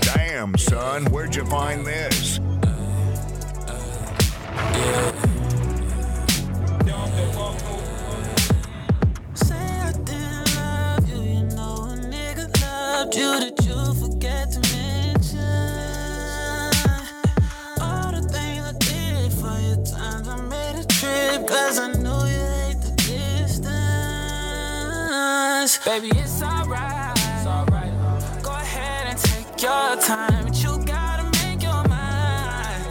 Damn, son, where'd you find this? Say I didn't love you, you know a nigga loved you that you forget to mention. All the things I did for you, times I made a trip, cause I knew you hate the distance. Baby, it's alright. It's alright. Go ahead and take your time, but you gotta make your mind.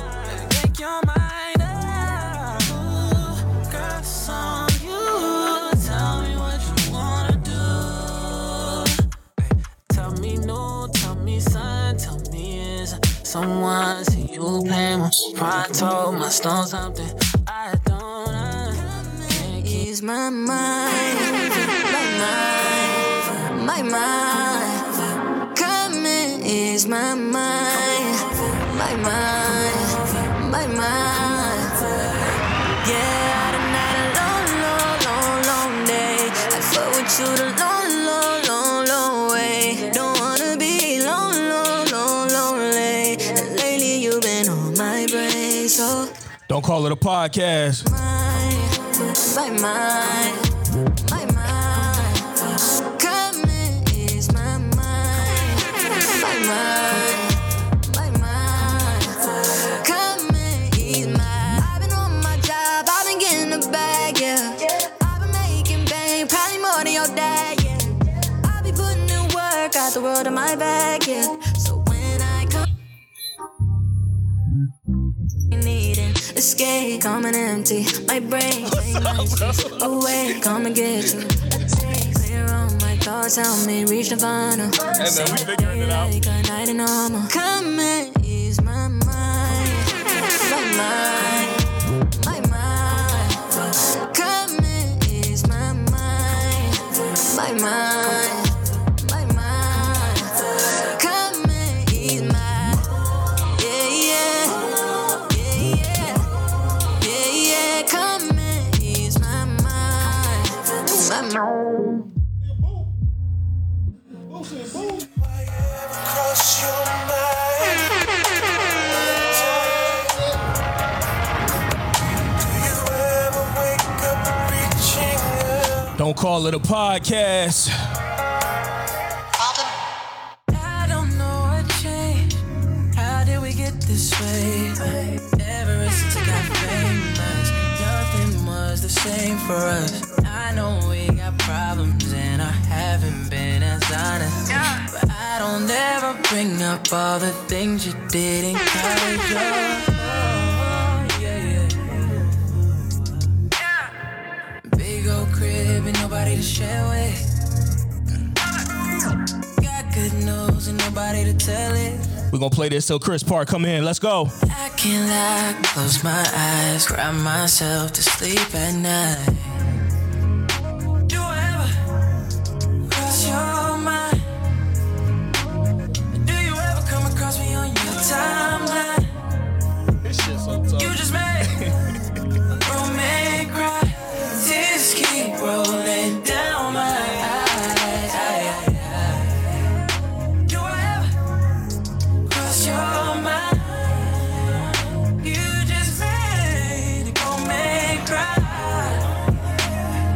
Make your mind up. Ooh, Girl, it's on you. Tell me what you wanna do. Tell me no, tell me son, tell me is someone. See you playing with pronto, my stone something I don't uh, can't keep Use my mind, my mind, my mind. Come and ease my mind, my mind, my mind. Yeah, I done had a long, long, long, long day. I fought with you the long, long, long, long way. Don't wanna be long, long, long, lonely. And lately you've been on my brain, so Don't call it a podcast. my mind, my mind. Coming is my mind, my mind, my mind. Coming is my. I've been on my job, I've been getting the bag, yeah. I've been making bang, probably more than your dad, yeah. I've been putting in work, got the world in my bag, yeah. So when I come need an escape. Come and empty my brain. Take my shit away. Come and get you. a taste. Clear all my thoughts. Help me reach nirvana. And then we figuring it out. Like a night in armor. Come and ease my mind. My mind. My mind. Come and ease my mind. My mind. My mind. Come and ease my. Yeah, yeah. Yeah, yeah. Yeah, yeah. Come and ease my mind. My mind. cross your mind. Do you ever wake up reaching out? Don't call it a podcast. I don't know what changed. How did we get this way? Ever since I got famous, nothing was the same for us. I know we got problems and I haven't been as honest. But I don't ever bring up all the things you did in college. Oh, oh, yeah, yeah. Big old crib and nobody to share with. Got good news and nobody to tell it. We're gonna play this till Chris Park come in. Let's go. I can't lie, close my eyes, cry myself to sleep at night. Do you ever cross your mind? Do you ever come across me on your timeline? This shit's so tough. You just made a grown man cry. Tears keep rolling down my eyes. Do I ever cross your mind? You just made a grown man cry.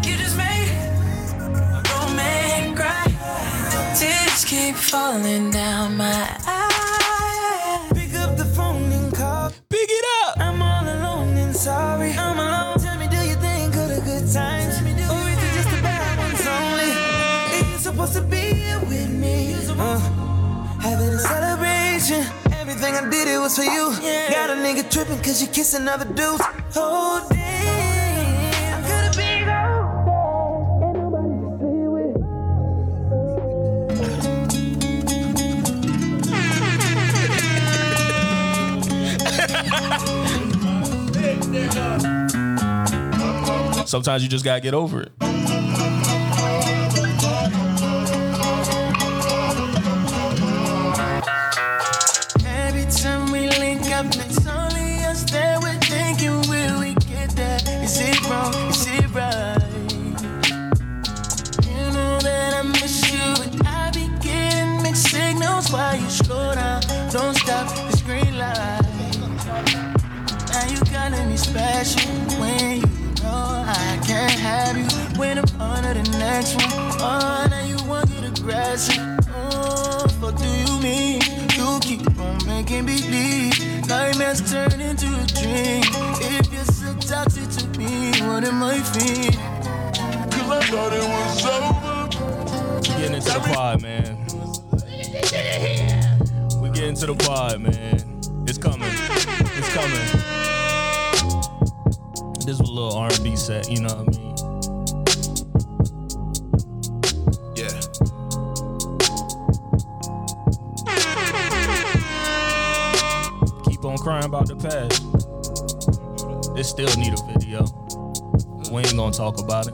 You just made a grown man cry. Tears keep falling down my eyes. Pick up the phone and call. Big it up. I'm all alone and sorry. I'm alone. Tell me, do you think of the good times? Tell me, do or is it just the bad ones only? Are you supposed to be here with me? Uh, having a celebration. Everything I did, it was for you. Got a nigga tripping cause you kiss another dude. Oh, damn. I could've been gone. Ain't nobody to see with. Sometimes you just gotta get over it. Every time we link up, it's only us that we're thinking, will we get that? Is it wrong? Is it right? You know that I miss you up onto the next one. Oh, now you want to the grass. Oh, what do you mean? You keep on making me believe nightmares turn into a dream. If you're so toxic to me, what am I feeling? Cause I thought it was over. Getting into the pod, man. We getting to the pod, man. It's coming. It's coming. This was a little R&B set, you know what I mean? Yeah. Keep on crying about the past. It still need a video. We ain't gonna talk about it.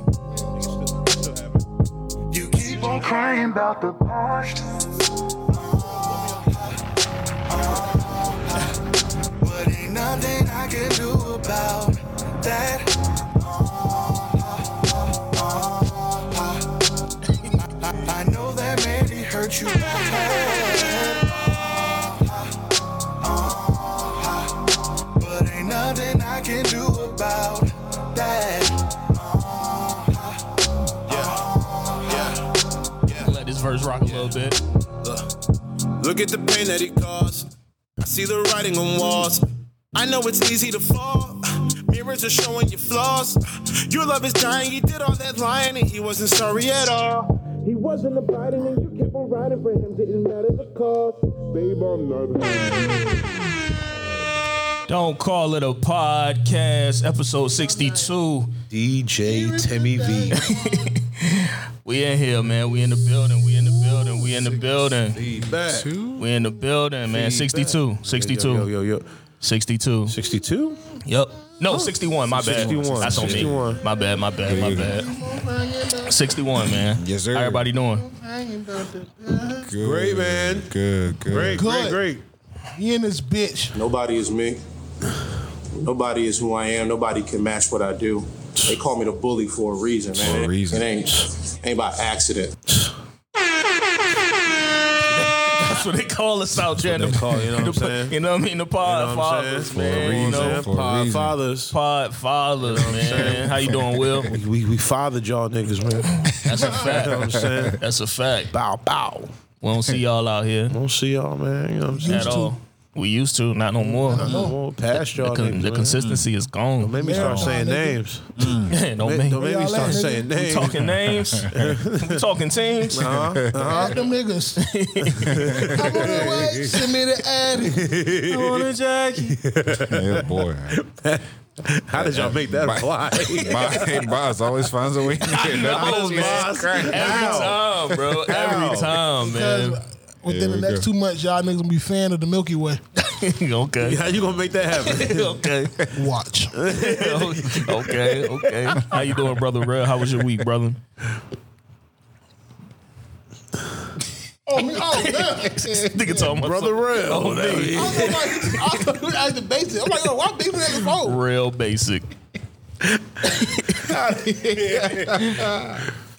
You keep on Crying about the past. But ain't nothing I can do about that. I know that Mandy hurt you bad. But ain't nothing I can do about that. Yeah, yeah, yeah. Let this verse rock a little bit. Look, look at the pain that it caused. I see the writing on walls. I know it's easy to fall. Mirrors are showing your flaws. Your love is dying. He did all that lying and he wasn't sorry at all. He wasn't abiding and you kept on riding for him. Didn't matter the cost. Babe, I'm not Don't call it a podcast, episode 62. DJ Timmy V. We in here, man. We in the building. We in the building. We in the building. Feedback. We in the building, man. 62. Yo, 62. yo, yo. Oh, 62. 62? Yep. No, 61. My bad. 61, That's on me. 61. My bad. My bad. My bad. 61, man. Yes, sir. How everybody doing? Good. Great, man. Good, good. Great, great, Good. great. He in this bitch. Nobody is me. Nobody is who I am. Nobody can match what I do. They call me the bully for a reason, man. For a It- reason. It ain't ain't by accident. That's what they call us out, Jan. they call it, you know what I'm saying? You know what I mean? The pod You know what I'm fathers, saying? For a man. You reason. know, For a Pa- reason. fathers. pod fathers, man. saying? How you doing, Will? We, we fathered y'all niggas, man. That's a You know what I'm fact. saying? That's a fact. Bow, bow. We don't see y'all out here Don't see y'all, man. You know what I'm saying? at all. We used to, not no more. No more past y'all The, niggas. the man. consistency is gone. Let me start saying names. Man, don't Don't make, make me start at, nigga? saying Uh-huh, we names. talking names. we talking teams. Add them niggas. I want to wait. Send me the ad. I want a Jackie. Yeah, boy. How did y'all make that apply? My boss always finds a way. know, man. Every time, bro. How? Every time, man. There Within the we next go. two months, y'all niggas gonna be fan of the Milky Way. okay. How you gonna make that happen? Okay. Watch. okay. Okay. How you doing, brother? Red? How was your week, brother? oh, me, oh, yeah. Nigga talking about Brother some Real. Oh, that- I was like, I thought you asked the basic. I'm like, yo, why basic at the phone? real basic.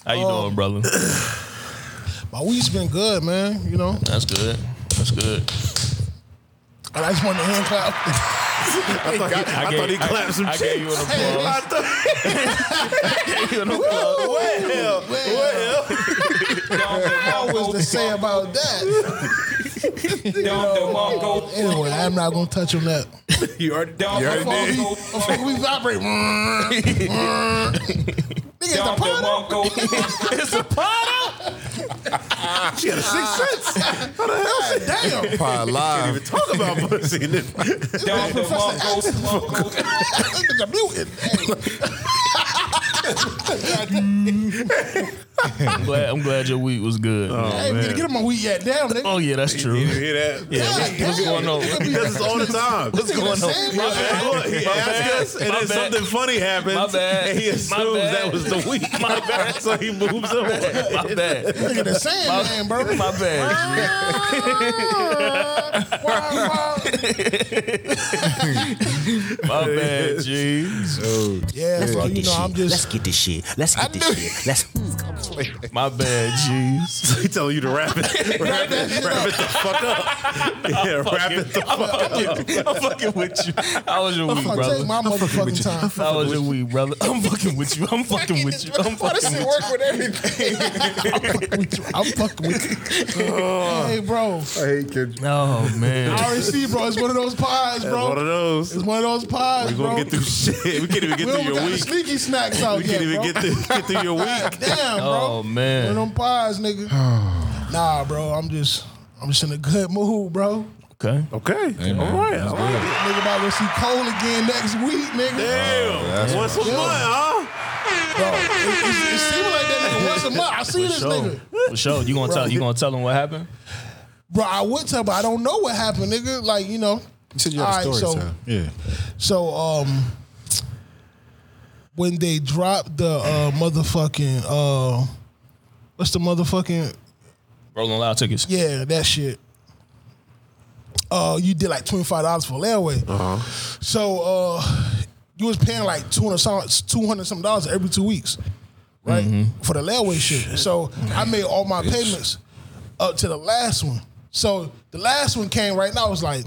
How you Oh. doing, brother? My week's been good, man. You know, That's good. That's good. and I just want to hand clap. I thought he, I gave- thought he clapped some I cheeks. gave you an applause. I thought- You know, uh, Well, well. What was to say about that? Mongo, Anyway, I'm not gonna touch on that. You already down You already the did. Mongo, Fuck, we vibrate. Nigga, it's the down the pot. Mongo, it's a pot. She had a sixth sense. How the hell? Damn. Pod live. Talk about pussy. nigga. down the Mongo, Nigga, muted. I'm glad. I'm glad your week was good. man. Hey, we didn't get him a week yet. Damn, nigga. Oh yeah, that's Oh, You true. hear that? Yeah, what- what's damn. going on? He does this all the time. What's going on? My He My asks bad. us, and My then bad. something funny happens, My bad. and he My assumes bad. that was the week. My bad. So he moves on. My bad. nigga the Sandman, my, bro. My bad. G. my bad, G. So, Yeah, Let's so get you this know, shit. I'm just- Let's get this shit. Let's get this shit. Let's. my bad, G's. He telling you to wrap it. Wrap it, wrap it the fuck up. yeah, wrap it the fuck up. I'm fucking with you. I was your I'm week, fucking- brother. take my I'm fucking motherfucking with you. time. I was your week, brother. I'm fucking with you. I'm fucking with you. I'm Why fucking does with it you. work with everything? I'm fucking with you. I'm fucking with you. Uh. hey, bro. I hate kids. Oh man. I already see, bro. It's one of those pies, That's bro. one of those. It's one of those pies, We're bro. gonna get through shit. We can't even get through We don't your got the week. Sneaky snacks out We yet, can't even bro. get through get through your week. Damn, bro. Oh man. One of them pies, Oh. nigga. nah, bro. I'm just, I'm just in a good mood, bro. Okay. Okay. man. All right. That's All good. right. Nigga about to see Cole again next week, nigga. Damn. that's Once a Yeah. month, huh? Bro, it, it, it seems like that nigga once a month. I see For this sure. nigga. For sure. You gonna Bro. tell you gonna tell him what happened? Bro, I would tell, but I don't know what happened, nigga. Like, you know. You said you had a All right, story, so- so. Yeah. So um when they dropped the uh motherfucking uh what's the motherfucking Rolling loud tickets. yeah, that shit. Uh you did like twenty five dollars for layaway. So uh you was paying like two hundred some two hundred some dollars every two weeks, right? Mm-hmm. For the layaway shit. So I made all my payments up to the last one. So the last one came right now, I was like,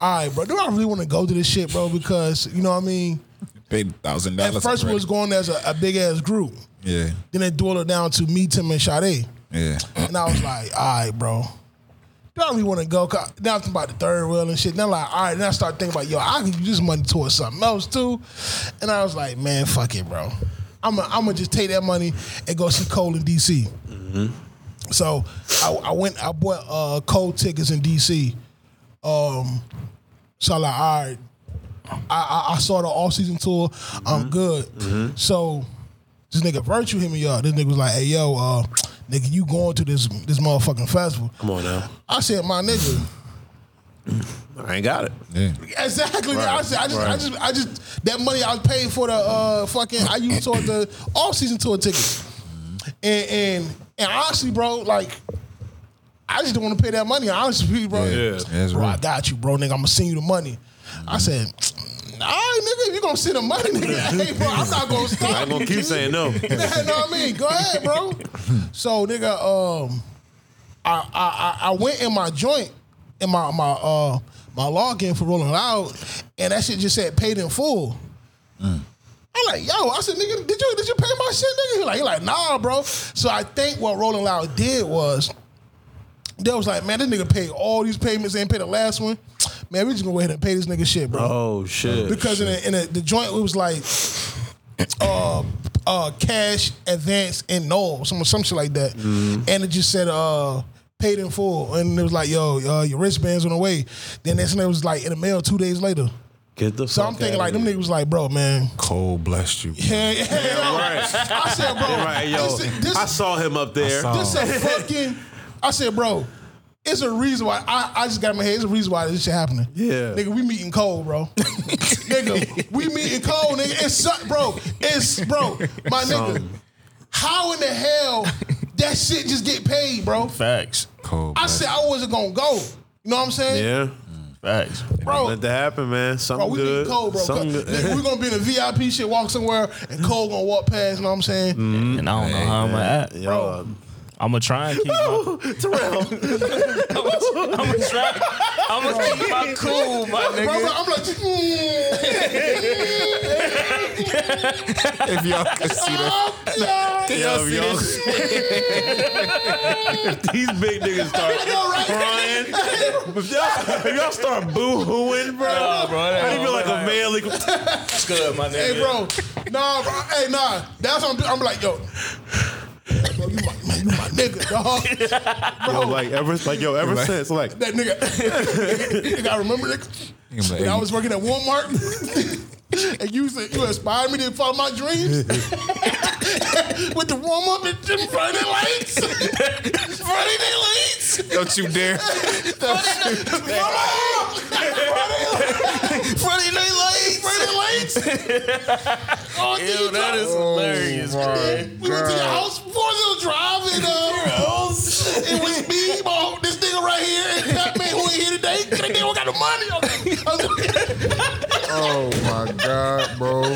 all right, bro, do I really want to go to this shit, bro? Because you know what I mean? Paid thousand At dollars. first we was going as a, a big ass group. Yeah. Then it dwindled down to me, Tim, and Sade. Yeah. And I was like, all right, bro. Do I really want to go? 'Cause Now I'm thinking about the third wheel and shit. Then I'm like, all right. Then I start thinking about, yo, I can use this money towards something else too. And I was like, man, fuck it, bro. I'm going to just take that money and go see Cole in D.C. So I, I went, I bought uh, Cole tickets in D.C. Um, so I'm like, all right. I, I, I saw the all-season tour. I'm good. So this nigga Virtue hit me up. This nigga was like, "Hey yo, uh, nigga, you going to this this motherfucking festival?" Come on now. I said, "My nigga, I ain't got it. Yeah. exactly." I, said, I just, I right. just, I just, that money I was paid for the uh, fucking I used toward the all season tour tickets, and and and honestly, bro, like. I just don't want to pay that money. Honestly, bro. Yeah. That's Bro, I right. got you, bro, nigga. I'm gonna send you the money. I said, all right, nigga, if you gonna send the money, nigga, hey, bro, I'm not gonna stop. I'm gonna you, keep nigga." saying no. you know what I mean? Go ahead, bro. So Oh, nigga, um, I I I I went in my joint in my my uh my login for Rolling Loud, and that shit just said paid in full. I'm like, yo, I said, nigga, did you did you pay my shit, nigga? He like, he like, nah, bro. So I think what Rolling Loud did was they was like, man, this nigga paid all these payments and paid the last one. Man, we just gonna go ahead and pay this nigga shit, bro Oh shit. because in, a, in a, the joint it was like uh uh cash advance and no some some shit like that Mm-hmm. and it just said uh paid in full and it was like yo uh, your wristbands on the way then that's when it was like in the mail two days later Get the so fuck I'm thinking outta like them here. niggas was like bro man Cole blessed you. yeah yeah, yo. I said bro Right, yo. this, this, I saw him up there. saw this a fucking I said bro it's a reason why I, I just got in my head. It's a reason why this shit happening. Yeah. nigga, we meeting cold, bro. nigga, we meeting cold, nigga. It's su- bro. It's bro. My nigga, how in the hell that shit just get paid, bro? Facts. Cold. I said I wasn't gonna go. You know what I'm saying, Yeah. Facts. bro? Let that happen, man. Something Bro, we good. meeting cold, bro. Something good. Nigga, we gonna be in a VIP shit, walk somewhere, and Cole gonna walk past. You know what I'm saying? And I don't know how I'm gonna act. Yo, I'm gonna try and keep my Terrell. I'm gonna try. I'm gonna keep my cool, my Bro, nigga. I'm like, mm, If y'all could see that. yeah. Yo, yo. These big niggas start crying. If y'all, if y'all start boo hooing, bro, Nah, bro, that how do you feel don't like a look man? Like, It's good, my nigga. Hey, bro. Nah, bro. Hey, nah. That's what I'm doing. I'm like, yo. Bro, you my, man, you my nigga, dog. yo, like ever, like yo, ever Right. since, like That nigga. nigga I remember that. You can be like, When I hey, was working at Walmart. and you said you inspired me to follow my dreams with the warm up and them Friday lights. Friday lights. Don't you dare. Friday lights. Friday night lights. Friday lights. Oh, Ew, nigga, that is hilarious, bro. Oh, We went to your house, four little drive, and uh, got the money. Oh my god, bro. Yo,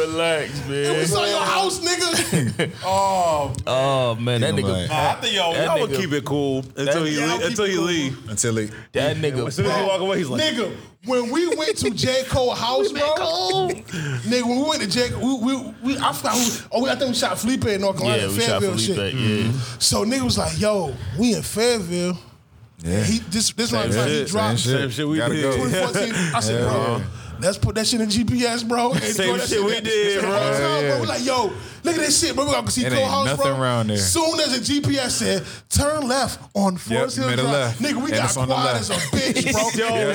relax, man. we saw your house, nigga. Oh, Oh man, that Nigga nigga. like- I think y'all, That y'all would nigga- keep it cool until that- you yeah, I'll leave, keep until it you cool. leave. Until he That nigga. As soon as you walk away, he's like, nigga, when we went to J. Cole house, bro. Nigga, when we went to J. Cole, we, we, we I forgot who. Oh, we, I think we shot Felipe in North Carolina, Yeah, we shot Fayetteville Felipe. shit. Mm-hmm. Yeah. So nigga was like, "Yo, we in Fayetteville." Yeah. He this this Same line time he shit, dropped same shit. same shit we Gotta go. did. 2014. I said, Yeah. bro, let's put that shit in GPS, bro. and Same throw that shit we in- did, All the bro. time, Yeah, yeah. We're like, yo, look at this shit, bro. We got to see It Cole ain't House, bro. nothing around there. Soon as the GPS said, turn left on Forest Hill middle Drive, left. nigga, we And got it's on quiet the as a left. bitch, bro. Yo,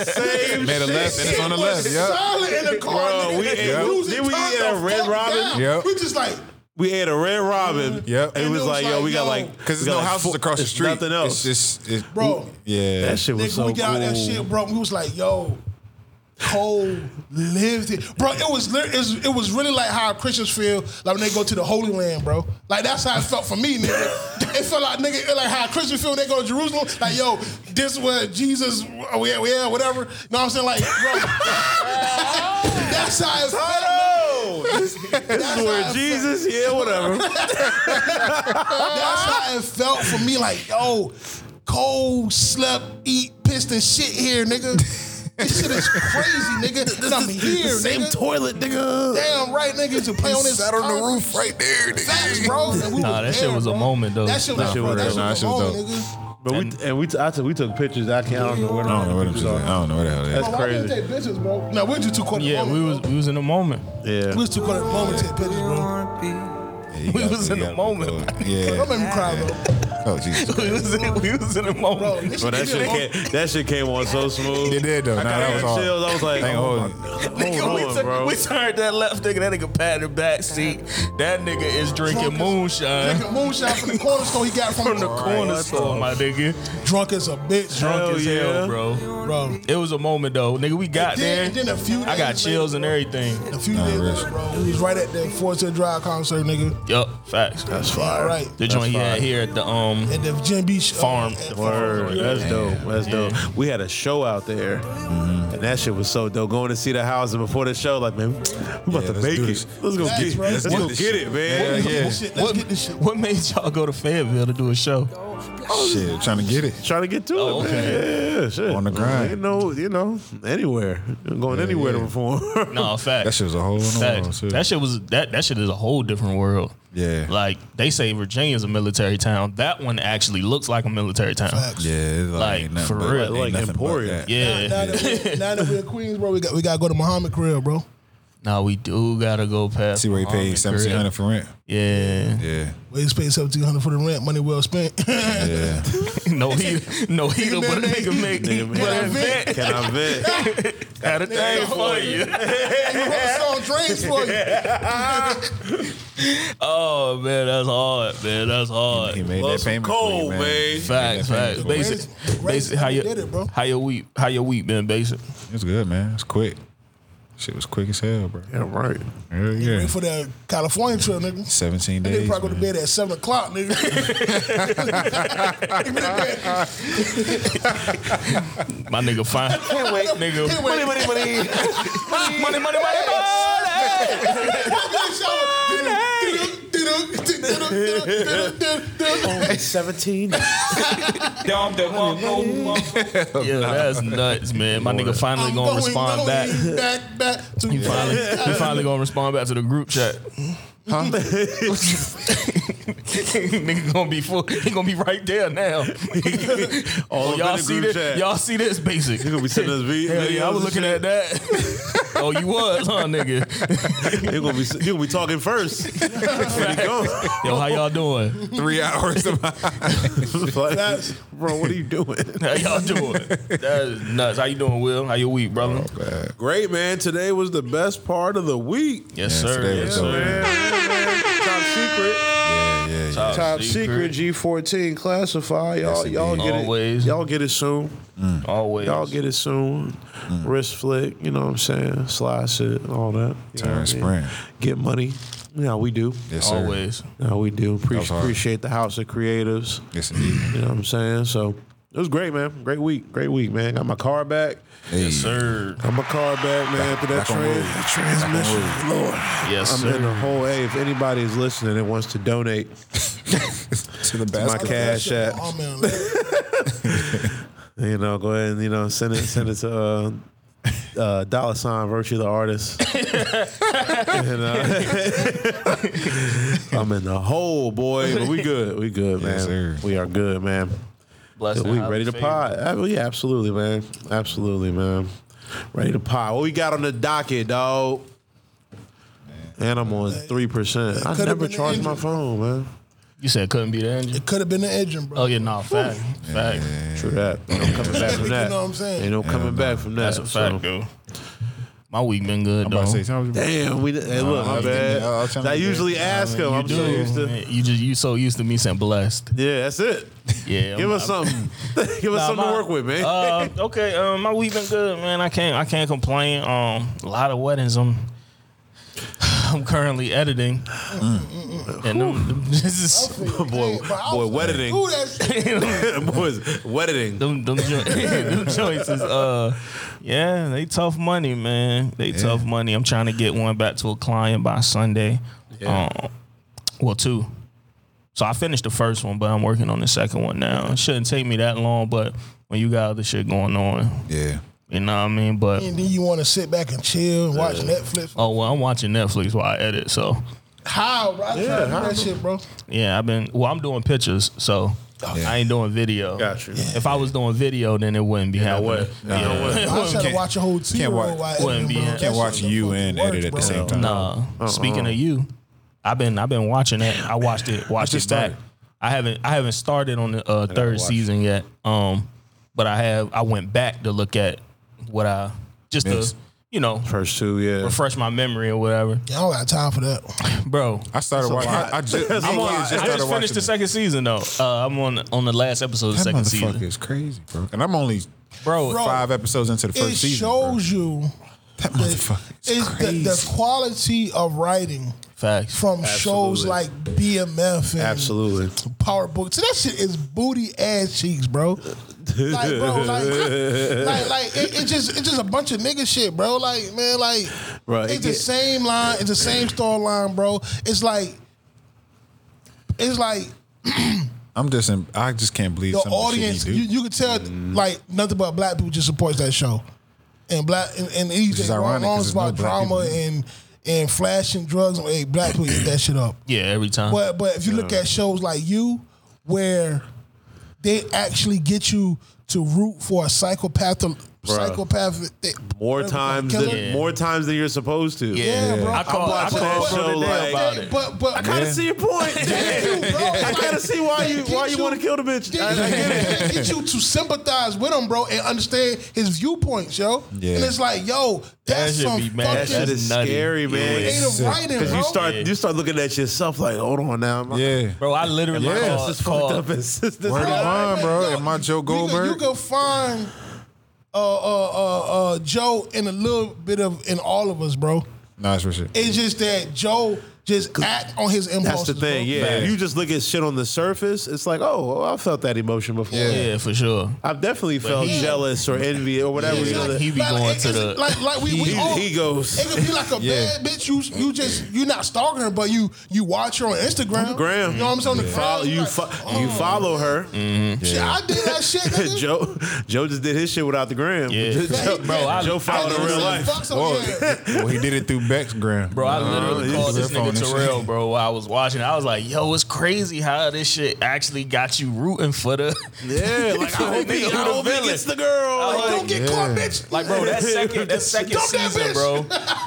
same Made a shit. left and it's on the left. It's Yeah. silent in the car, Bro, nigga. we- They losing did we time eat at the Red fuck Robin? down. Yep. We just like, We had a Red Robin. Yep. It And was it was like, yo, like, we got yo. like, Because we there's got no like houses four- across the it's street. Nothing else. It's just, it, Bro. Yeah. that shit was Nigga, so we got cool. that shit, bro. We was like, yo, Cole lived it, bro. It was lit- it was- it was really like how Christians feel like when they go to the Holy Land, bro. Like that's how it felt for me, nigga. It felt like nigga, it like how Christians feel when they go to Jerusalem. Like yo, this where Jesus, oh, yeah, yeah, whatever. You know what I'm saying? Like, bro, that's how it felt. Oh, this That's is how where it Jesus, yeah, whatever. That's how it felt for me. Like, yo, cold, slept, eat, pissed, and shit here, nigga. This shit is crazy, nigga. and I'm here, Same nigga. toilet, nigga. Damn right, nigga, to play on this. sat on the concrete. roof right there, nigga. Facts, bro. And we Nah, was that shit there, was a bro. moment, though. That shit Nah, was, for bro, that real. shit Nah, was that shit a was moment, dope. nigga. But we and we I took we took pictures. I can't I don't know where I don't know what I'm saying. I don't know what the hell that That's is. Bro, why we crazy. take pictures, bro? No, we're just too caught in the Yeah, we moment. was we was in the moment. Yeah. we was too caught in the moment to take pictures, bro. Yeah, you We gotta- was you in the gotta moment. go. Yeah. Don't make me cry, bro. Oh, Jesus. we was in, we was in the moment. Bro, this But that shit, shit came, that shit came on so smooth. It did, though. Nah, I got that was hard. chills. I was like, Ain't oh, holding. my- hold Nigga, we, on, took- bro. we turned that left nigga. That nigga patted the back seat. That nigga is drinking moonshine Nigga, moonshine from the corner store he got from, from the corner store, my nigga. Drunk as a bitch, Drunk Drunk Hell as yeah. hell, bro. bro. It was a moment though, nigga. We got And then- there. and then a few I got days chills and later, everything. A few days really. later, bro, we was right at that Forest Hill Drive concert, nigga. Yup, facts. That's All right. The joint he had here at the um At the Jim Beach uh, farm. at- Word, that's dope. That's Yeah. dope. We had a show out there, and that shit was so dope. Going to see the house, and before the show, like man, we about Yeah, to let's bake do it. this. Let's go That's get, right. let's Let's go do this get shit. it, man. Let's get Yeah. this shit. Let's What, get this shit. what made y'all go to Fayetteville to do a show? oh, Shit, trying to get it. Trying to get to Oh, it, man. Yeah, shit. On the grind. You know, you know, anywhere, I'm going Yeah, anywhere to yeah. perform. No, facts. That shit was a whole That, nother shit. that shit was that that shit is a whole different world. Yeah. Like they say Virginia's a military town. That one actually looks like a military town. Facts. Yeah, it's Like, like, ain't nothing for but- real. ain't Like nothing but Emporia. that. Yeah. Now that, we, now that we're in Queens, bro, we got we gotta go to Muhammad Crib, bro. Now we do gotta go past. See where he paid Muhammad seventeen hundred Crib. for rent. Yeah. Yeah, We just paid seventeen hundred for the rent, money well spent. yeah. no heat. No heater, but a man, nigga make Nigga, heat. man. But a Vent. Can I vent? Had a thing for you. on drinks for you. Oh man, that's hard, man. That's hard. He made that Love some payment. cold, for you, man. Facts, That's facts. Basic, crazy. basic. How Did it, bro. your how your week how your week been? Basic. It was good, man. It was quick. Shit was quick as hell, bro. Yeah, right. Hell yeah. For that California trip, nigga. Seventeen They days. probably go to man. bed at seven o'clock, nigga. My nigga fine. Can't wait, nigga. Can't Money, wait. money, money, money, money, money, money. Seventeen. Dom the one, one, one. Yeah, that's nuts, man. My nigga finally I'm gonna respond going back. back, back to He finally, he finally gonna respond back to the group chat. nigga gonna be full. He gonna be right there now. oh, All up in y'all the see group this? chat. Y'all see this? Basic. You gonna be sending us vi- Hell yeah, I videos was and looking at shit. that. oh, you was, huh, nigga? You gonna be you gonna be talking first. There you go. Yo, how y'all doing? Three hours. Of Like, bro, what are you doing? How y'all doing? That is nuts. How you doing, Will? How your week, Oh, brother? Great, man. Today was the best part of the week. Yeah, Yes, sir. today Yes, was sir. dope. Top secret. yeah, yeah, yeah. Top secret G14 classified. Y'all, Yes, y'all indeed. get Always. it. Y'all get it soon. Always. Y'all get it soon. Mm. Wrist flick, you know what I'm saying? Slice it, all that. You know Turn what I mean? sprint. Get money. Yeah, we do. Yes, sir. Always. Yeah, we do. Appreciate, hard. appreciate the house of creatives. Yes, indeed. You know what I'm saying? So It was great, man. Great week. Great week, man. Got my car back. Yes, sir. Got my car back, man. After that back on trans- road. that transmission, Back on road. Lord. Yes, I'm sir. in the whole A. If anybody is listening and wants to donate to the my basket. cash app, Oh, man. you know, go ahead and you know send it send it to uh, uh, dollar sign virtue the artist. And, uh, I'm in the hole, boy. But we good. We good, man. Yes, sir. We are good, man. Blessed we and ready to highly pod. Ab- Yeah, absolutely, man. Absolutely, man. Ready to pod. What we got on the docket, dog? And I'm on three percent. I could've never been the charged my engine. phone, man. You said it couldn't be the engine. It could have been the engine, bro. Oh yeah, nah, fact, fact. True that. Ain't no coming back from You that. know what I'm saying? Ain't no coming back from that. That's a fact, so. though. My week been good. I'm though. about to say, tell me- Damn, we hey, Nah, look, I my was bad. getting- I was trying to I get usually there. ask Nah, him. you I'm so do. used to. You just you so used to me saying blessed. Yeah, that's it. Yeah, Give I'm- us I'm- something. Give us Nah, something to my- work with, man. Uh, okay, um, my week been good, man. I can't I can't complain. Um, a lot of weddings. I'm I'm currently editing, and them, them- this is boy, boy, wedding. Ooh, that's Boys, wedding. Them, them, jo- them choices. Uh, yeah, they tough money, man. They tough money. I'm trying to get one back to a client by Sunday. Yeah. Um, well, two. So I finished the first one, but I'm working on the second one now. It shouldn't take me that long, but when you got other shit going on, yeah, you know what I mean. But And then you want to sit back and chill and watch Netflix. oh well, I'm watching Netflix while I edit, so How, bro? I Yeah, yeah, how? that shit, bro. Yeah, I've been. Well, I'm doing pictures, so Oh, I ain't doing video. Got you. If I was doing video, then it wouldn't be happening. what? You know what? I was trying to Can't- watch a whole two year can't old watch. while Wouldn't editing, be bro. in- Can't That watch shit don't you fucking and work, edit at bro. the same time. Nah. Speaking of you, I've been I've been watching it. I watched it. Watched it just back. started. I haven't I haven't started on the uh, gotta third watch season yet. Um, but I have. I went back to look at what I just Missed. to you know First two, yeah. refresh my memory or whatever, Yeah, I don't got time for that. one. bro. I started watching. I, I just, That's a I I'm on, just I started just watching finished the it. second season though. Uh, I'm on on the last episode That of the second motherfucker season, is crazy, bro. And I'm only bro. Bro, five episodes into the it first season. bro. shows you That motherfucker is it's the, crazy. the quality of writing Facts. from shows Absolutely. like BMF and Absolutely. Power Book. So that shit is booty ass cheeks, bro. Like, bro, like, like, like it, it just it's just a bunch of nigga shit, bro. Like, man, like Bro, it it's the get- same line, it's the same storyline, bro. It's like it's like I'm just. In, I just can't believe the some of the audience, shit he do. Mm. you, you can tell like nothing but black people just supports that show, and black and, and Which is these ironic, wrong 'cause wrongs there's no about black drama people. and and flashing drugs. Hey, black people eat that shit up. Yeah, every time. Uh-huh. But but if you look at shows like you, where they actually get you to root for a psychopath, psychopath. More times than Yeah. more times than you're supposed to. Yeah, bro. I call- I'm watching I that called show Brother Dale like. about it. But but I kind of see your point. Thank you, bro. I kind of see why you why you want to kill the bitch. Get, I, I get it. get you to sympathize with him, bro, and understand his viewpoints, yo. Yeah. And it's like, yo, that's should some be fucking mad. That That shit is nutty. scary, man. ain't a writing, Because bro. you start you start looking at yourself like, hold on now. My, yeah. Bro, I literally my called, chest is called- fucked up. It's, it's, this Word Bro, of mine, like, bro. yo, Am I Joe you can- You Goldberg? can find uh, uh, uh, uh, Joe in a little bit of in all of us, bro. Nah, it's real shit. It's just that Joe just act on his that's impulses. the thing, bro. yeah. If you just look at shit on the surface, it's like, oh, well, I felt that emotion before. Yeah, for sure. I've definitely felt he- jealous or envy or whatever. you know, Like, that- he be like, going it- to it's the- like like we, we he, all, he goes. It could be like a Yeah. bad bitch. You you just you not stalking her, but you you watch her on Instagram. Graham, You know what I'm saying? The Follow, crowd, you like, fo- oh, you follow her. shit, I did that shit. nigga. Joe Joe just did his shit without the gram. Yeah. Joe, Bro, I- Joe followed I her did real that life. Fuck some Well, yeah. well, he did it through Beck's gram. Bro, I literally this called is this their phone nigga and shit. Terrell, bro, while I was watching. I was like, yo, it's crazy how this shit actually got you rooting for the. Yeah, like I hope he, Who I the hope he villain? gets the girl. I Like, hope- Don't get caught, bitch. Like, bro, that second, that second Dump that season, bitch.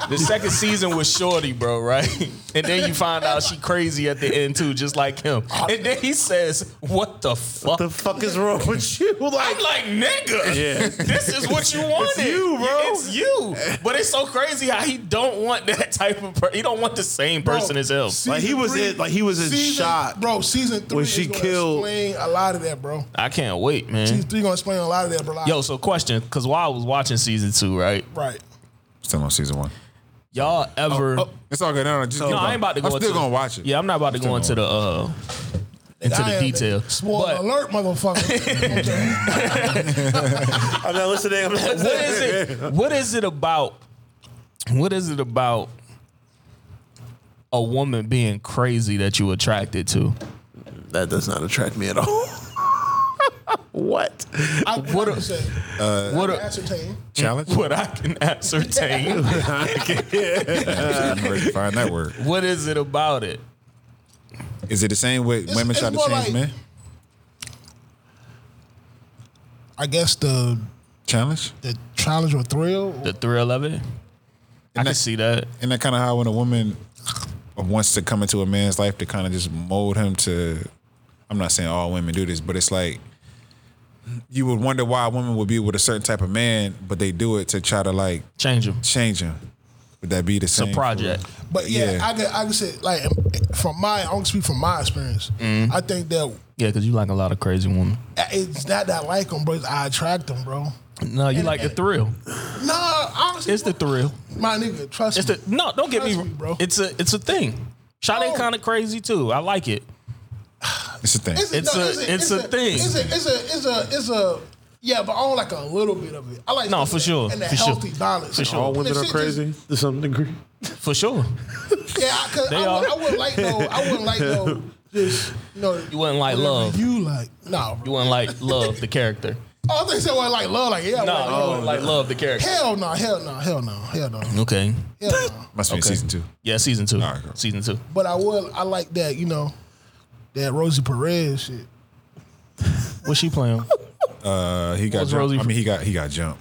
bro. The second season was Shorty, bro, right? And then you find out she crazy at the end, too, just like him. And then he says, what the fuck? the fuck is wrong with you? Like, I'm like, nigga, Yeah. this is what you wanted. you, bro. It's you. But it's so crazy how he don't want that type of person. He don't want the same person as him. see- like he was in, like he was in Season- shock. bro. Season three When is she gonna killed- explain a lot of that, bro. I can't wait, Season man. three gonna explain a lot of that, bro. Like, Yo, so question, because while I was watching season two, right? right? Still on season one. Y'all ever? Oh, It's all good. No, no, just keep no, I going. ain't about to go. I'm still into- gonna watch it. Yeah, I'm not about to still go into the. uh into I the am- detail. Spoiler alert, motherfucker. I'm not listening. I'm not listening. what is it? What is it about? What is it about a woman being crazy that you attracted to? That does not attract me at all. what? I, what I said, what I a- ascertain. Challenge? What I can ascertain. I'm ready to find that word. What is it about it? Is it the same way It's- women try it's to more change like- men? I guess the Challenge? the challenge or thrill. The thrill of it? I can see that. Isn't that kind of how when a woman wants to come into a man's life to kind of just mold him to? I'm not saying all women do this, but it's like you would wonder why a woman would be with a certain type of man, but they do it to try to like change him. Change him. Would that be the same? for- project. But yeah, I can I can say like from my I can speak from my experience. Mhm. I think that Yeah, because you like a lot of crazy women. it's not that I like them, but I attract them, bro. No, you like the thrill. Nah, honestly, It's the thrill. my nigga, trust It's me. the no. Don't get me, bro. It's a it's a thing. Shot ain't kind of crazy too. I like it. It's a thing. It's, It's no, a it's a thing. It's a, it's a it's a it's a yeah, but I don't like a little bit of it. I like No, the- for sure, and the for sure. healthy balance. For sure. All And women the are shit just- crazy to some degree. For sure. Yeah, I, cause They I, are. would, I wouldn't like no. I wouldn't like no. Just no. You wouldn't like whatever love. You like no. You wouldn't like love the character. Oh, I think someone like love. Like yeah. I No, Oh, like you wouldn't like love the character. Hell no. Hell no. Hell no. Hell no. Okay. Hell no. Must be in season two. Yeah, season two. Season two. But I will. I like that. You know, that Rosie Perez shit. What's she playing? Uh, he got. was Jumped. Rosie I mean, he got he got jumped.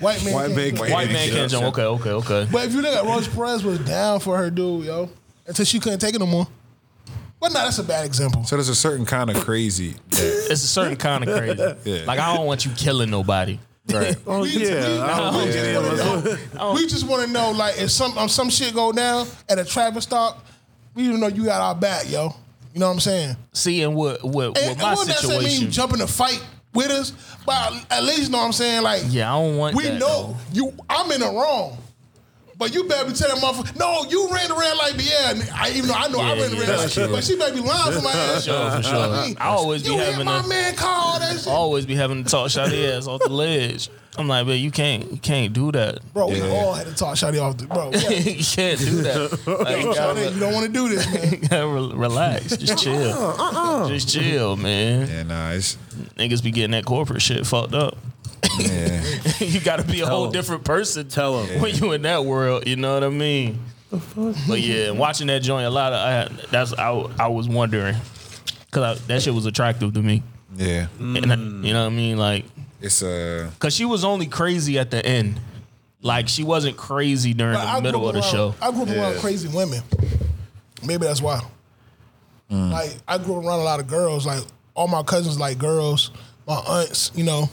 White man. White can't man- jump. white White man can't jump. Okay, okay, okay. But if you look at Rosie Perez was down for her dude, yo, until she couldn't take it no more. But no, that's a bad example. So there's a certain kind of crazy. That, It's a certain kind of crazy. Yeah. Like I don't want you killing nobody. right. Oh yeah, I don't think any of us. We just want to know, like, if some um, some shit go down at a traffic stop, we even know you got our back, yo. You know what I'm saying? Seeing what what, what And, my and what does that mean? situation. Jump in a fight with us, but at least know what I'm saying. Like, Yeah, I don't want. we that, though. know you. I'm in the wrong. But you better be telling motherfucker, no, you ran around like, yeah, and I, even though I know I Yeah, ran yeah, around that's like true. shit, but she better be lying for my ass. For sure, for sure. I, mean, I always be you hit having my a- man call that shit. always be having to talk shot ass off the ledge. I'm like, man, you can't, you can't do that. Bro, we all had to talk shawty off the, bro. Yeah. you can't do that. Like, Yo, you gotta, Shawty, you don't want to do this, man. re- gotta re- relax, Uh-uh, just chill, just chill, man. Yeah, nah, uh, it's Niggas be getting that corporate shit fucked up. yeah. you got to be a whole different person. Tell them when you in that world. You know what I mean. But yeah, watching that joint a lot. Of, I, had- that's I, I was wondering because that shit was attractive to me. Yeah, And I- you know what I mean, like. it's uh, Cause she was only crazy at the end. Like she wasn't crazy during But I the middle grew of up the around- show. I grew up around Yeah. crazy women. Maybe that's why. Mm. Like I grew up around a lot of girls. Like all my cousins, like girls. My aunts, you know.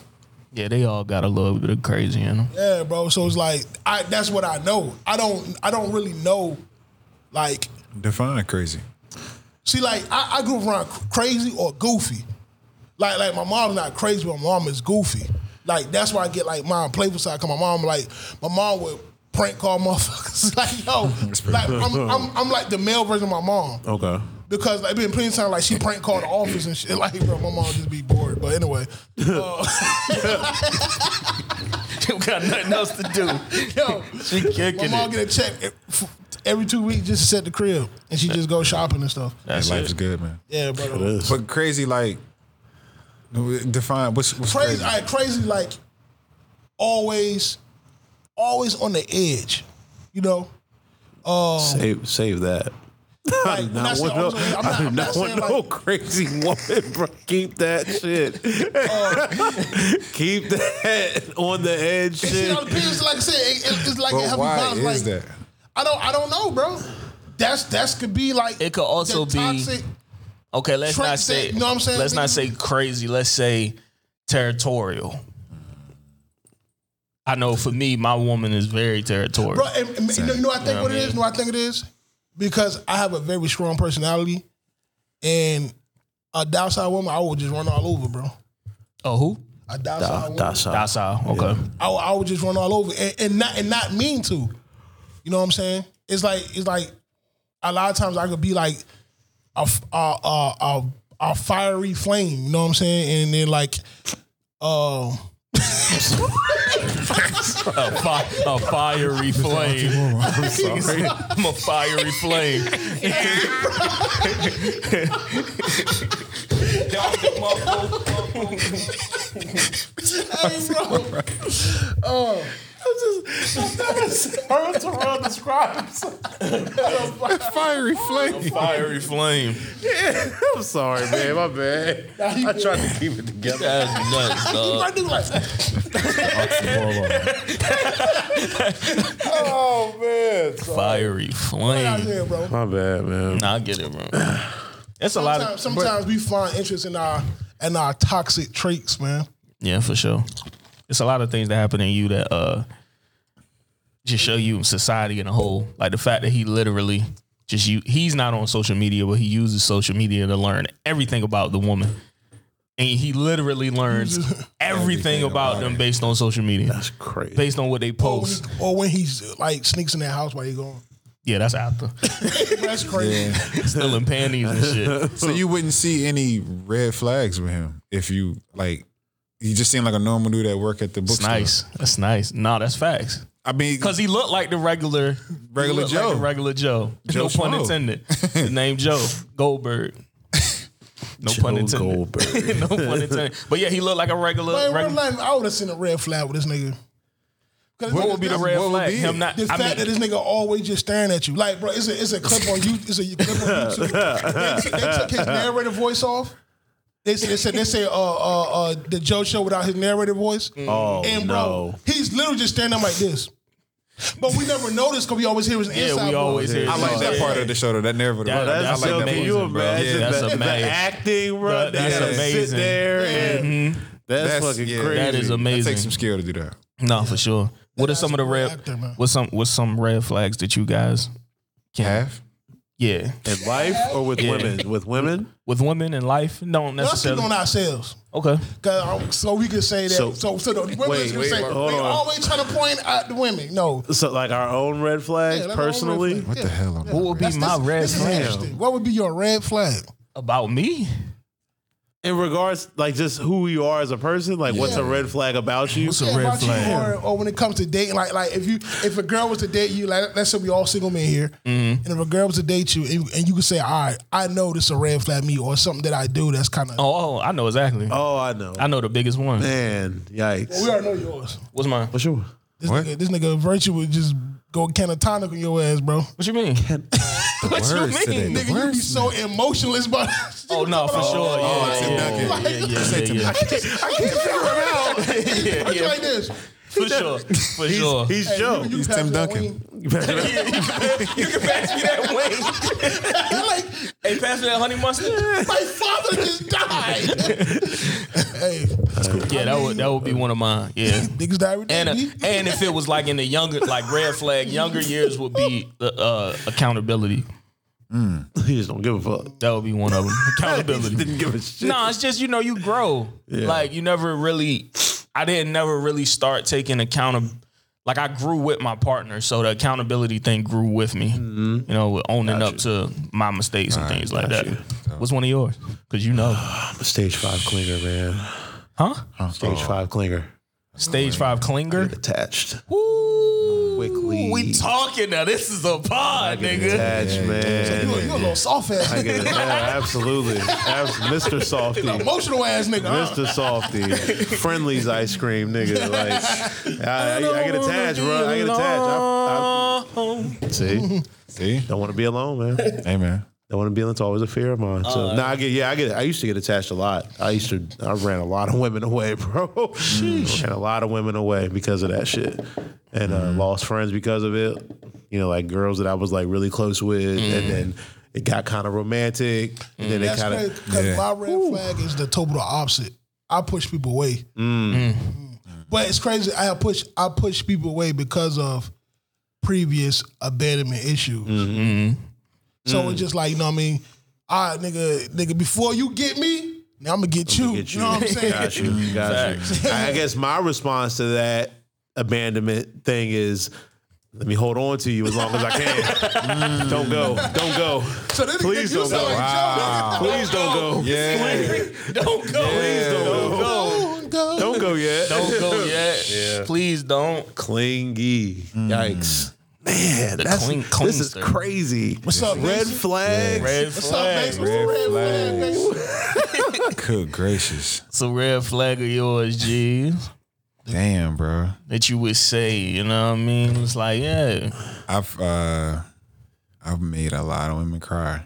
Yeah, they all got a little bit of crazy in them. Yeah, bro. So it's like I. That's what I know. I don't. I don't really know. Like define crazy. see, like I, I grew up around cr- crazy or goofy. Like like my mom's not crazy, but my mom is goofy. Like that's why I get like my playful side. Cause my mom like my mom would prank call motherfuckers. like yo, like I'm, I'm I'm like the male version of my mom. Okay. Because like been plenty of time like she prank called the office and shit. Like bro, my mom just be bored. But anyway, uh, They got nothing else to do. yo, She my kicking mom it. get a check e- f- every two weeks just to set the crib, and she just go shopping and stuff. That's Life's it. good, man. Yeah, bro. But crazy, like define what's, what's crazy. Crazy, I crazy like always, always on the edge. You know, Save, save that. I do Like, when I not say want I no. was like, I'm not- I do I'm not not want saying no like- crazy woman, bro. Keep that shit. Keep that on the edge It see, shit. it all depends. Like I said, it, it- it's like a but heavy why balance. is like that? I don't, I don't know, bro. That's that's could be like It could also the be- toxic- Okay, let's Trick not that- say. you know what I'm saying? Let's not say crazy. Let's say territorial. I know for me, my woman is very territorial. bro. And, and you, know, you know what I think Yeah, what I it is. mean. You know what I think it is because I have a very strong personality, and a downside woman, I would just run all over, bro. Oh, who? A docile woman, That's how. That's how. Okay. I, would- I would just run all over and, and not and not mean to. You know what I'm saying? It's like it's like a lot of times I could be like a f- a a, a, a fiery flame. You know what I'm saying? And then like, uh, A, fi- a fiery flame. I'm sorry. I'm a fiery flame. hey, bro. Oh. I'm just, I've never heard Terrell describe himself. Fiery flame. fiery flame. Yeah, I'm sorry, man. My bad. I tried to keep it together. That's nuts, I dog. do like oh man. Fiery out flame. here, bro. My bad, man. Nah, I get it, bro. It's a lot Sometimes, of sometimes we find interest in our in our toxic traits, man. Yeah, for sure. It's a lot of things that happen in you that uh just show you society in a whole. Like the fact that he literally just you he's not on social media, but he uses social media to learn everything about the woman. And he literally learns everything, about, them based on social media. That's crazy. Based on what Oh, they post. Or when he's like sneaks in that house while you're going. Yeah, that's after. That's crazy. Still in panties and shit. So you wouldn't see any red flags with him if you like. You just seem like a normal dude at work at the bookstore. nice. That's nice. No, that's facts. I mean, Because he looked like the regular, Regular he looked like Joe. the regular Joe. Joe no pun Schmo. intended. His name Joe Goldberg. No pun intended. no pun intended. But yeah, he looked like a regular. Man, Uh, regular- real life, I would have seen a red flag with this nigga. 'Cause What nigga- would be the that's- red What would flag? be Him it? not- the I fact mean- that this nigga always just staring at you. Like, bro, it's a it's a clip on you. It's a clip on YouTube. they, took- they took his narrator voice off. They said they said they said uh uh uh the Joe show without his narrator voice. Mm. Oh, and bro, no. he's literally just standing up like this. But we never noticed because we always hear his Yeah, inside. we voice. always hear I his like that inside. part of the show. though. That narrative. That- I that's like so that amazing, Can part. you bro. imagine Yeah, that's the, the amazing. acting, bro? That- that's They gotta amazing. Mm-hmm. Sit there and that's, fucking yeah, crazy. That is amazing. That takes some skill to do that. no, for sure. What are some of the red? actor, man. what's some what's some red flags that you guys can Have Yeah, In life or with Yeah. women? With women? with women in life, don't Let's keep necessarily. on ourselves. Okay, Cause I'm- so we can say that. So- So so, the women wait, can wait, say hold they on. always trying to point at the women. No, So like our own red flags Yeah, that's our own red personally. flag. What the hell? On what would be That's- my this- red this is flag interesting. What would be your red flag? about me? In regards like just who you are as a person, like what's a red flag about you? What's a Yeah, red about you, flag? Or, or uh, when it comes to dating, like like if you if a girl was to date you, like let's say we all single men here, Mm-hmm. and if a girl was to date you, and, and you could say, all right, I know this is a red flag me or something that I do that's kind of. Oh, oh, I know exactly. Oh, I know. I know the biggest one. Man, yikes. We already know yours. What's mine? What's your This nigga, this nigga virtue would just go canatonic on your ass, bro. What you mean? What you Words today. mean, nigga? You be so emotionless, but Oh no, for sure. Yeah, yeah, yeah, Like, yeah, yeah, yeah, yeah. I can't figure it out. yeah, It's like this. for sure, for sure. He's Hey, Joe. you- you He's pass Tim that Duncan. wing. you can pass me that way. like Hey, pass me that honey mustard. my father just died. hey, Yeah, that would that would be one of mine. Yeah. niggas die every day. And, uh, B. and if it was like in the younger, like red flag, younger years would be uh, accountability. He just don't give a fuck. That would be one of them. Accountability. Didn't give a shit. No, it's just you know you grow. Like you never really. I didn't never really start taking account of. Like I grew with my partner, so the accountability thing grew with me. You know, with owning up to my mistakes and things like that. What's one of yours? Because you know, Stage five clinger, man. huh? Stage five clinger. Stage five clinger. Attached. Ooh, Quickly. we talking now. This is a pod, nigga. Attached, you a, man. you a little soft ass I get nigga, it. Yeah, absolutely. Abs- Mr. Softy. emotional ass nigga. huh? Mr. Softy. Friendly's ice cream, nigga. Like, I, I, I get attached, bro. I get attached. I, I, see? See, Don't want to be alone, man. hey man, Don't want to be alone. It's always a fear of mine. So, no, I get, yeah, I get it. I used to get attached a lot. I used to, I ran a lot of women away, bro. Ran a lot of women away because of that shit. And uh, lost friends because of it. You know, like girls that I was like really close with. And then it got kind of romantic. And then it That's kind crazy. of, 'cause Yeah. my red flag is the total opposite. I push people away. Mm. But it's crazy. I push I push people away because of previous abandonment issues. Mm-hmm. So Mm. it's just like you know what I mean. All right, nigga, nigga. Before you get me, now I'm gonna get, you. get you. know what I'm saying? Got you. Got you. I I guess my response to that abandonment thing is Let me hold on to you as long as I Mm. can. Don't go. Don't go. So then it Please gets you don't go. so Wow. Please don't go. Please don't go. Please don't go. Don't go. Don't go yet. Don't go yet. Yeah. Please don't. Clingy. Yikes. Man, The that's, cling- this is clingster. crazy. What's up, Red Mason? flags. Red What's up, flag. Mason? What's the red flag, Mason? Good gracious. It's a red flag of yours, G. Damn, bro. That you would say, you know what I mean? It's like, yeah. I've uh I've made a lot of women cry.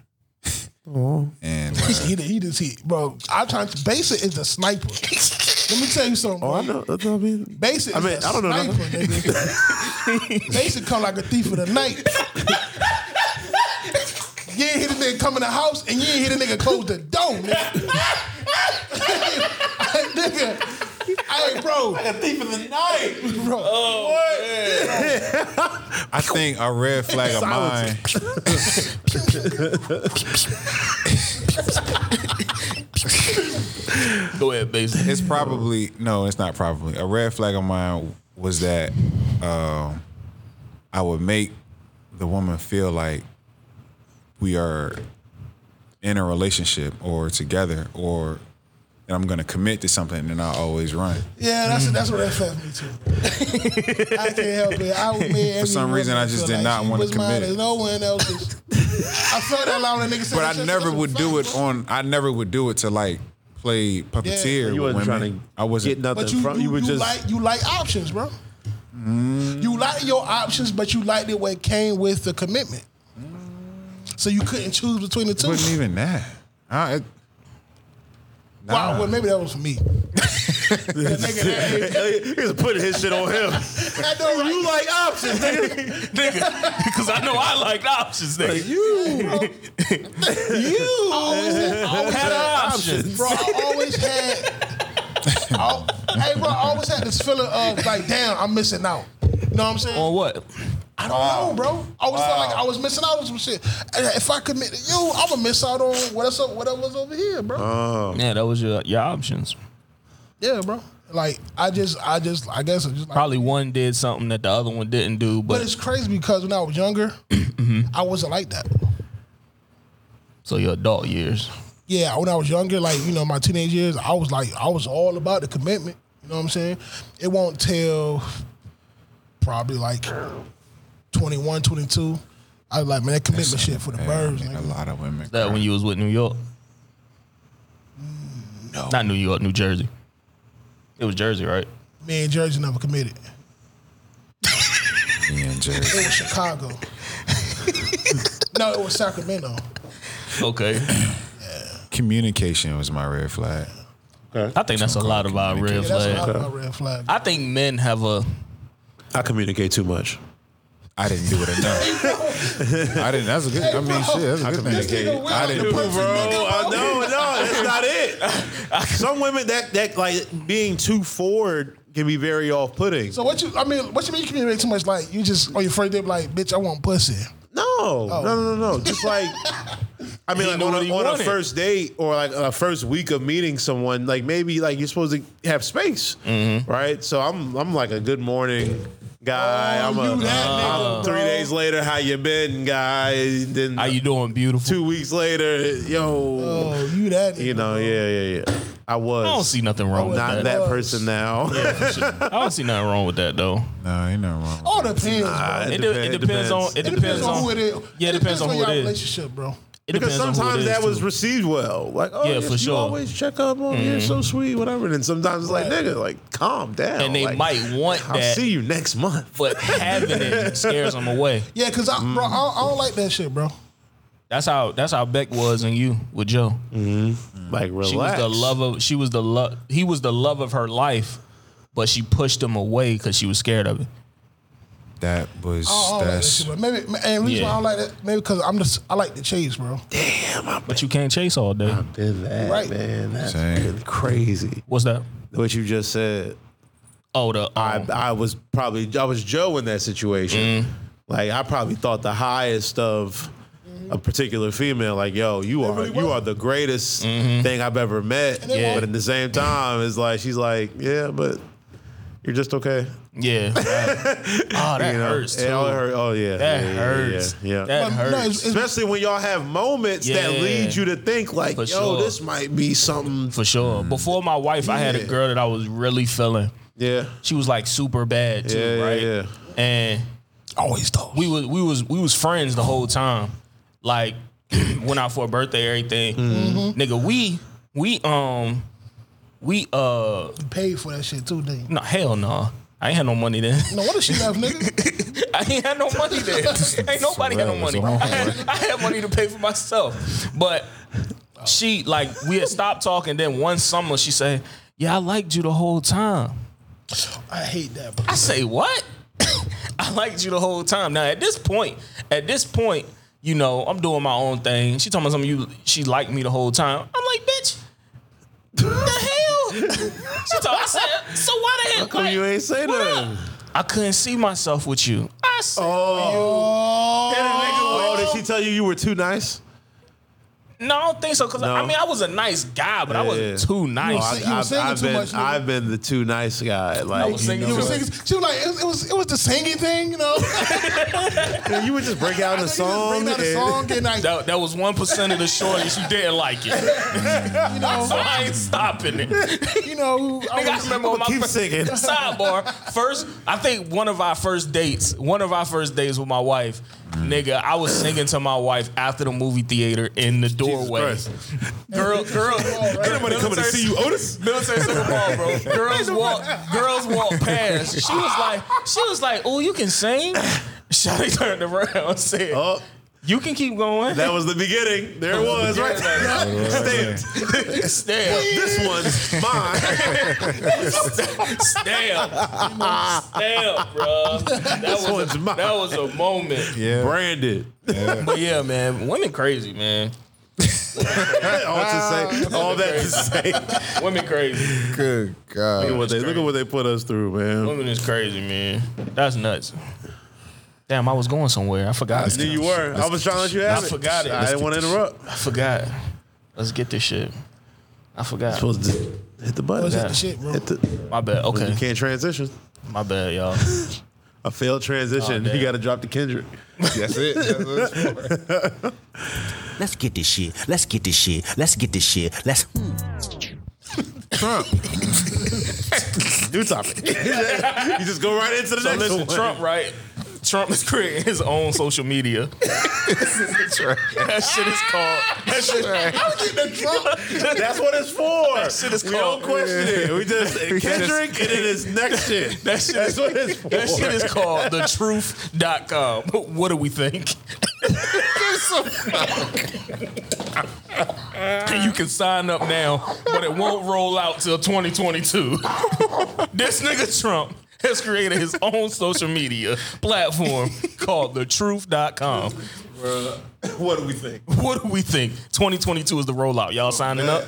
And uh, He, he just he, bro. I'm trying. To, Basic is a sniper. Let me tell you something. Bro. Oh, I know. That's what I mean. Basic. I I mean, is a I don't know sniper, nothing. nigga. Basic come like a thief of the night. you ain't hear the nigga come in the house, and you ain't hear the nigga close the door, nigga. Hey, nigga. Hey, bro. Like a thief of the night, bro. I think a red flag of mine. Go ahead, Basic. It's probably no, it's not probably. A red flag of mine was that um I would make the woman feel like we are in a relationship or together or and I'm gonna commit to something and I always run. Yeah, that's that's what that felt me too. I can't help it. I was made For some reason, I just did not wanna commit it. No one else's. I felt that loud when nigga said. But that I shit. never would do it on. I never would do it to like play puppeteer. Yeah. You with wasn't women. trying to I wasn't. get nothing But you from you, you. Were you just like you like options, bro. Mm. You like your options, but you liked it what came with the commitment. So you couldn't choose between the It two. wasn't even that. I, it, Wow, well, maybe that was for me. That nigga, that- He's putting his shit on him. I know, right? You like options, nigga. Nigga, because I know I like options, nigga. You I always had, I always had had options. Bro, I always had. I, hey, bro, I always had this feeling of like, damn, I'm missing out. You know what I'm saying? On what? I don't know, bro. I always felt like I was missing out on some shit. And if I commit to you, I'm gonna miss out on what's up, whatever's over here, bro. Yeah, that was your your options. yeah, bro. Like I just, I just, I guess I just. Like, Probably one did something that the other one didn't do, but but it's crazy because when I was younger, Mm-hmm. I wasn't like that. so your adult years. Yeah, when I was younger, like you know, my teenage years, I was like, I was all about the commitment. You know what I'm saying? It won't till probably like 21, 22. I was like, man, that commitment shit for the birds. a nigga. lot of women. That when you was with New York? No. Not New York, New Jersey. It was Jersey, right? Me and Jersey never committed. Me and Jerry. It was Chicago. no, it was Sacramento. Okay. Communication was my red flag. I think that's a lot of our red Yeah, that's a lot flag. of my red flag. I think men have a I communicate too much. I didn't do it enough. I didn't. That's a good. I mean, shit. That's a good This thing. nigga I Will didn't. the Bro, I know, no, that's not it. Some women that that like being too forward can be very off-putting. so what you? I mean, what you mean you communicate too much? Like you just on your first date, like, bitch, I want pussy. No, Oh. no, no, no. Just like, I mean, He like knew on, what he a, on a wanted. first date or like a first week of meeting someone, like maybe like you're supposed to have space, Mm-hmm. right? So I'm I'm like a good morning guy. Oh, I'm a you that nigga, I'm three bro. days later, how you been, guy? Then how you doing beautiful. two weeks later, yo, Oh, you that? you nigga. know, yeah, yeah, yeah. I I don't was see nothing wrong with not that. that was. person now. I don't see nothing wrong with that though. No, ain't nothing wrong. All depends. bro. Nah, It, de- it depends on it, depends, depends on who it is. Yeah, it depends on who your it is. Relationship, bro. It Because depends on who sometimes it is, that was too. received well. Like, oh, Yeah, yes, for you sure. Mm-hmm. always check up on you're so sweet, whatever. And then sometimes it's like, nigga, like, calm down. And they Like, might want I'll that. see you next month. but having it scares them away. Yeah, cause I, Mm. bro, I, don't- I don't like that shit, bro. That's how that's how Beck was and you with Joe. Like, relax. She was the love of she was the love he was the love of her life, but she pushed him away because she was scared of it. That was I don't like oh, that that's. shit, bro. Maybe and the reason why I don't like that, maybe because I'm just I like the chase, bro. But you can't chase all day. Did that, Right. man. That's Same. been crazy. What's that? What you just said. Oh, the um, I, I was probably, I was Joe in that situation. Mm-hmm. Like, I probably thought the highest of a particular female, like, yo, you are, really you were. are the greatest Mm-hmm. thing I've ever met. they But at the same time, it's like, she's like, yeah, but. you're just okay. Yeah. oh, that hurts, too. Oh, it hurt. Oh, yeah. That yeah, yeah, hurts. Yeah. yeah. That But, no, hurts. it's- it's- Especially when y'all have moments that Yeah. lead you to think like, For yo, sure. this might be something. For sure. Before my wife, I had a Mm. Yeah. girl that I was really feeling. Yeah. She was like super bad too, Yeah, yeah, right? yeah. And always thought we was we was we was friends the whole time. Like went out for a birthday, everything. Mhm. Mm-hmm. Nigga, we we um we uh Paid for that shit too, didn't no hell no. I ain't had no money then. you? No, what if she left, nigga? I ain't had no money then. ain't nobody had no money. Oh, I had, I had money to pay for myself. But she like we had stopped talking. Then one summer she said, "Yeah, I liked you the whole time." I hate that. Bro. I say what? I liked you the whole time. Now at this point, at this point, you know I'm doing my own thing. She talking about something. You she liked me the whole time. I'm like, bitch. The hell? She told, I said, so why the hell? How come you ain't say nothing? I couldn't see myself with you. I said, oh, oh, did she tell you you were too nice? No, I don't think so. Cause No. I mean, I was a nice guy, but I wasn't Yeah. too nice. No, I, have been, I've been the too nice guy. Like was singing you, You know, was singing, she was like, it, it was it was the singing thing, you know. Man, you would just break out in a song. break out a song and like- that, that was one percent of the shorties who didn't like it. You know, So I ain't stopping it. you know. I Nigga, I was- remember on my keep first, singing. sidebar. First, I think one of our first dates, one of our first dates with my wife, nigga, I was singing to my wife after the movie theater in the doorway. Girl, girl, Anybody coming to see you, Otis? Military Super Bowl, bro. Girls walk, girls walk past. She was like, she was like, oh, you can sing. Shawty turned around and said, you can keep going. Oh. That was the beginning. There it was, right? Stamped. Stamp. This one's mine. Stamp. Stamp, bro. That This was, one's a, mine. that was a moment. Yeah. Branded. But yeah, man, women crazy, man. all to say, all that to say. Women crazy. Good Look God. at what they look at what they put us through, man. Women is crazy, man. That's nuts. Damn, I was going somewhere. I I forgot. knew you were. I was trying to let you have I it. forgot it. I didn't want to interrupt. I forgot. Let's get this shit. I forgot. Supposed to hit the That button. was just the shit, bro. Hit the, My bad. You Okay. can't transition. My bad, y'all. A failed Oh, transition. damn. you got to drop the Kendrick. That's it. That's what it's for. Let's get this shit. Let's get this shit. Let's get this shit. Let's. hmm. Trump. New topic. you just go right into the So next listen, one. Trump, right? Trump is creating his own social media. That's right. That shit is called. That shit, That's what it's for. That shit is we called- don't question it. We just We just- Kendrick and then his next shit. that shit That's is, what it's for. that shit is called thetruth.com. What do we think? and you can sign up now, but it won't roll out till 2022. this nigga Trump has created his own social media platform called thetruth.com. What do we think? What do we think? 2022 is the rollout. Y'all signing up?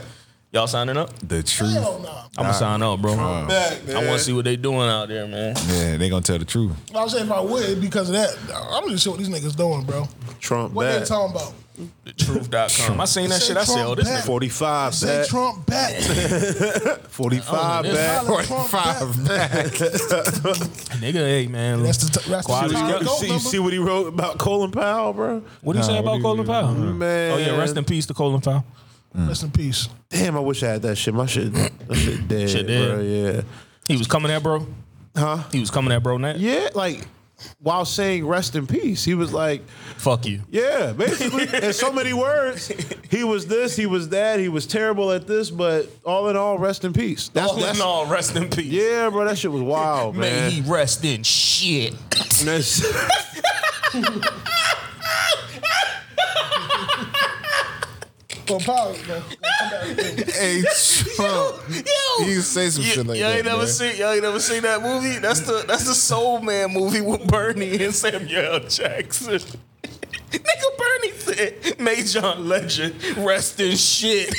Y'all signing up? The truth. Oh, Hell no. I'm gonna sign up, bro. Back, I want to see what they doing out there, man. Yeah, they gonna tell the truth. I was saying if I would because of that, I'm just sure what these niggas doing, bro. Trump What they back. talking about? Truth.com. I seen that Say shit. I said, Trump oh, this back. nigga. 45 Say back. Trump back. Forty-five Oh, back. Donald Trump back. Nigga, hey, man. That's the t- that's the Quality top Scott. You goal see, you number. see what he wrote about Colin Powell, bro? what do you say about Colin Powell? Man. Oh, yeah, rest in peace to Colin Powell. Rest in peace. Damn, I wish I had that shit. My shit, that shit dead, Shit dead. bro. Yeah, He was coming at bro. Huh? He was coming at bro next. yeah. Like while saying rest in peace, he was like, Fuck you. yeah, basically in so many words, he was this, he was that, he was terrible at this, but all in all, rest in peace. That's, all that's in all, rest in peace. yeah, bro. That shit was wild, May man. he rest in shit. That's- Well, Powell, bro. Hey, Trump. Yo, You say some shit like y'all that. ain't never man. seen y'all ain't never seen that movie. That's the that's the Soul Man movie with Bernie and Samuel Jackson. Nigga, Bernie said, "May John Legend rest in shit."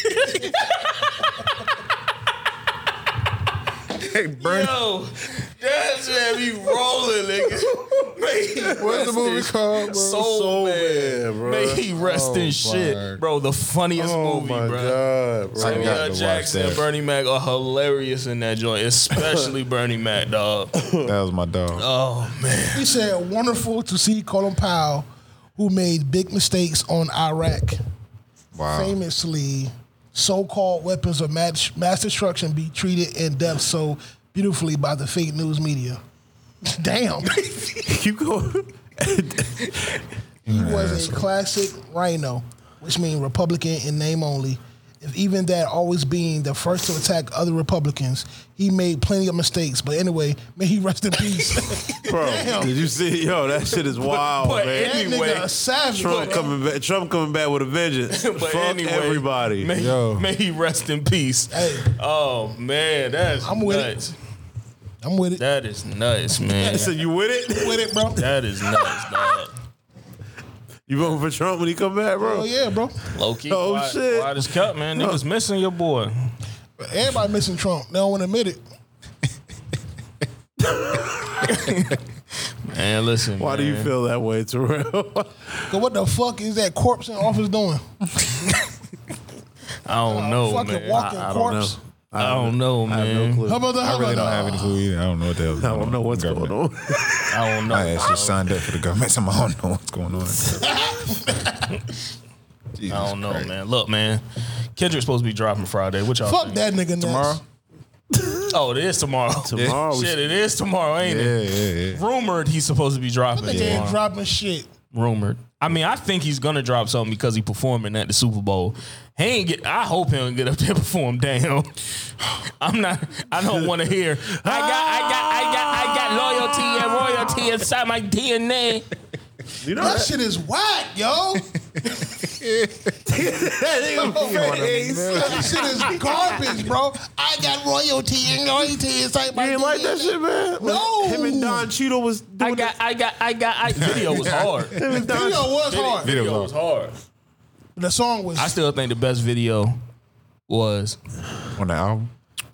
Hey, Bernie. Yo, that's man be rolling, nigga. May What's the movie called, bro? Soul, Soul Man. Man, bro. May he rest Oh, in shit, fuck. bro. The funniest Oh movie, bro. God, bro. I got to Samuel watch Jackson, that. Bernie Mac are hilarious in that joint, especially Bernie Mac, dog. That was my dog. Oh man, He said, "Wonderful to see Colin Powell, who made big mistakes on Iraq, famously, so-called weapons of mass, mass destruction be treated in depth so beautifully by the fake news media." Damn, you go. he was a classic rhino, which means Republican in name only. If even that always being the first to attack other Republicans, he made plenty of mistakes. But anyway, may he rest in peace. Bro, Damn. did you see? Yo, that shit is wild, but man. that nigga Anyway. a savage, Trump bro. coming back. Trump coming back with a vengeance. But Fuck anyway, everybody. May, may he rest in peace. Oh man, that's I'm with it. nuts. I'm with it. That is nuts, man. So you with it? with it, bro. That is nuts, dog. You voting for Trump when he come back, bro? Oh yeah, bro. Loki. Oh, wide, shit. Wide as cup, man. Niggas missing your boy. Everybody missing Trump. They don't want to admit it. Man, listen. Why do you man. feel that way, Terrell? Cause what the fuck is that corpse in office doing? I don't know, fucking Oh, man. walking I, I corpse. Don't know. I don't know, man. How about the- I how really about don't the- have any clue either. I don't know what the hell. I don't know what's going on. I don't know. I actually signed up for the government. so I don't know what's going on. I don't know, man. Look, man. Kendrick's supposed to be dropping Friday. What y'all Fuck think? that nigga nuts. Tomorrow? Oh, it is tomorrow. Tomorrow we- Shit, it is tomorrow, ain't it? Rumored he's supposed to be dropping Nigga tomorrow. ain't dropping shit. rumored. I mean, I think he's gonna drop something because he performing at the Super Bowl. He ain't get. I hope he don't get up there and perform. Damn, I'm not. I don't want to hear. I got. I got. I got. I got loyalty and royalty inside my DNA. You that, shit is whack, yo. that shit is garbage, bro. I got royalty and loyalty. It's like my ain't like that shit, man. No. Him and Don Cheeto was doing I got. I got. I got. I video was hard. Him and Don- Video was Video- hard. Video was hard. The song was. I still think the best video was on the album.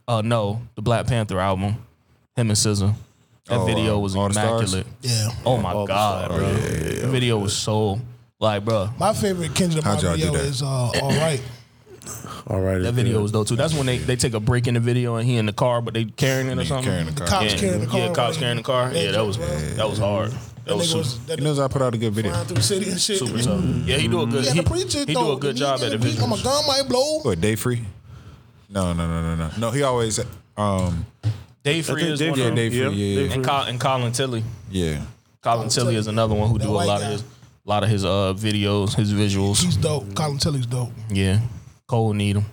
Uh, no, the Black Panther album. Him and SZA. That Oh, video uh, was All the Stars? immaculate. Yeah. Oh my god, bro. the video was so like, bro. my favorite Kendrick How'd y'all Lamar do video that? is uh, all right. All right. That video was dope too. That's when they, they take a break in the video and he in the car, but they carrying it or something. carrying the car. Cops yeah. carrying the car Yeah, cops around. carrying the car. Yeah, that was that was hard. That was nigga was super, He knows I put out a good video. flying through the city and shit. super tough. Yeah, he do a good Yeah, he, the preacher he do though, a good the job at media, the the beat, visual. I'm a gun might blow. What, Day Free? No, no, no, no, no. No, he always. um Day Free think is Day one Free. of them. Yeah, Day Free, yeah, yeah. And, Col- and Colin Tilly. Yeah. Colin Tilly is another one who do a white lot guy. of his lot of his uh videos, his visuals. He's dope. Colin Tilly's dope. Yeah. Cole need him.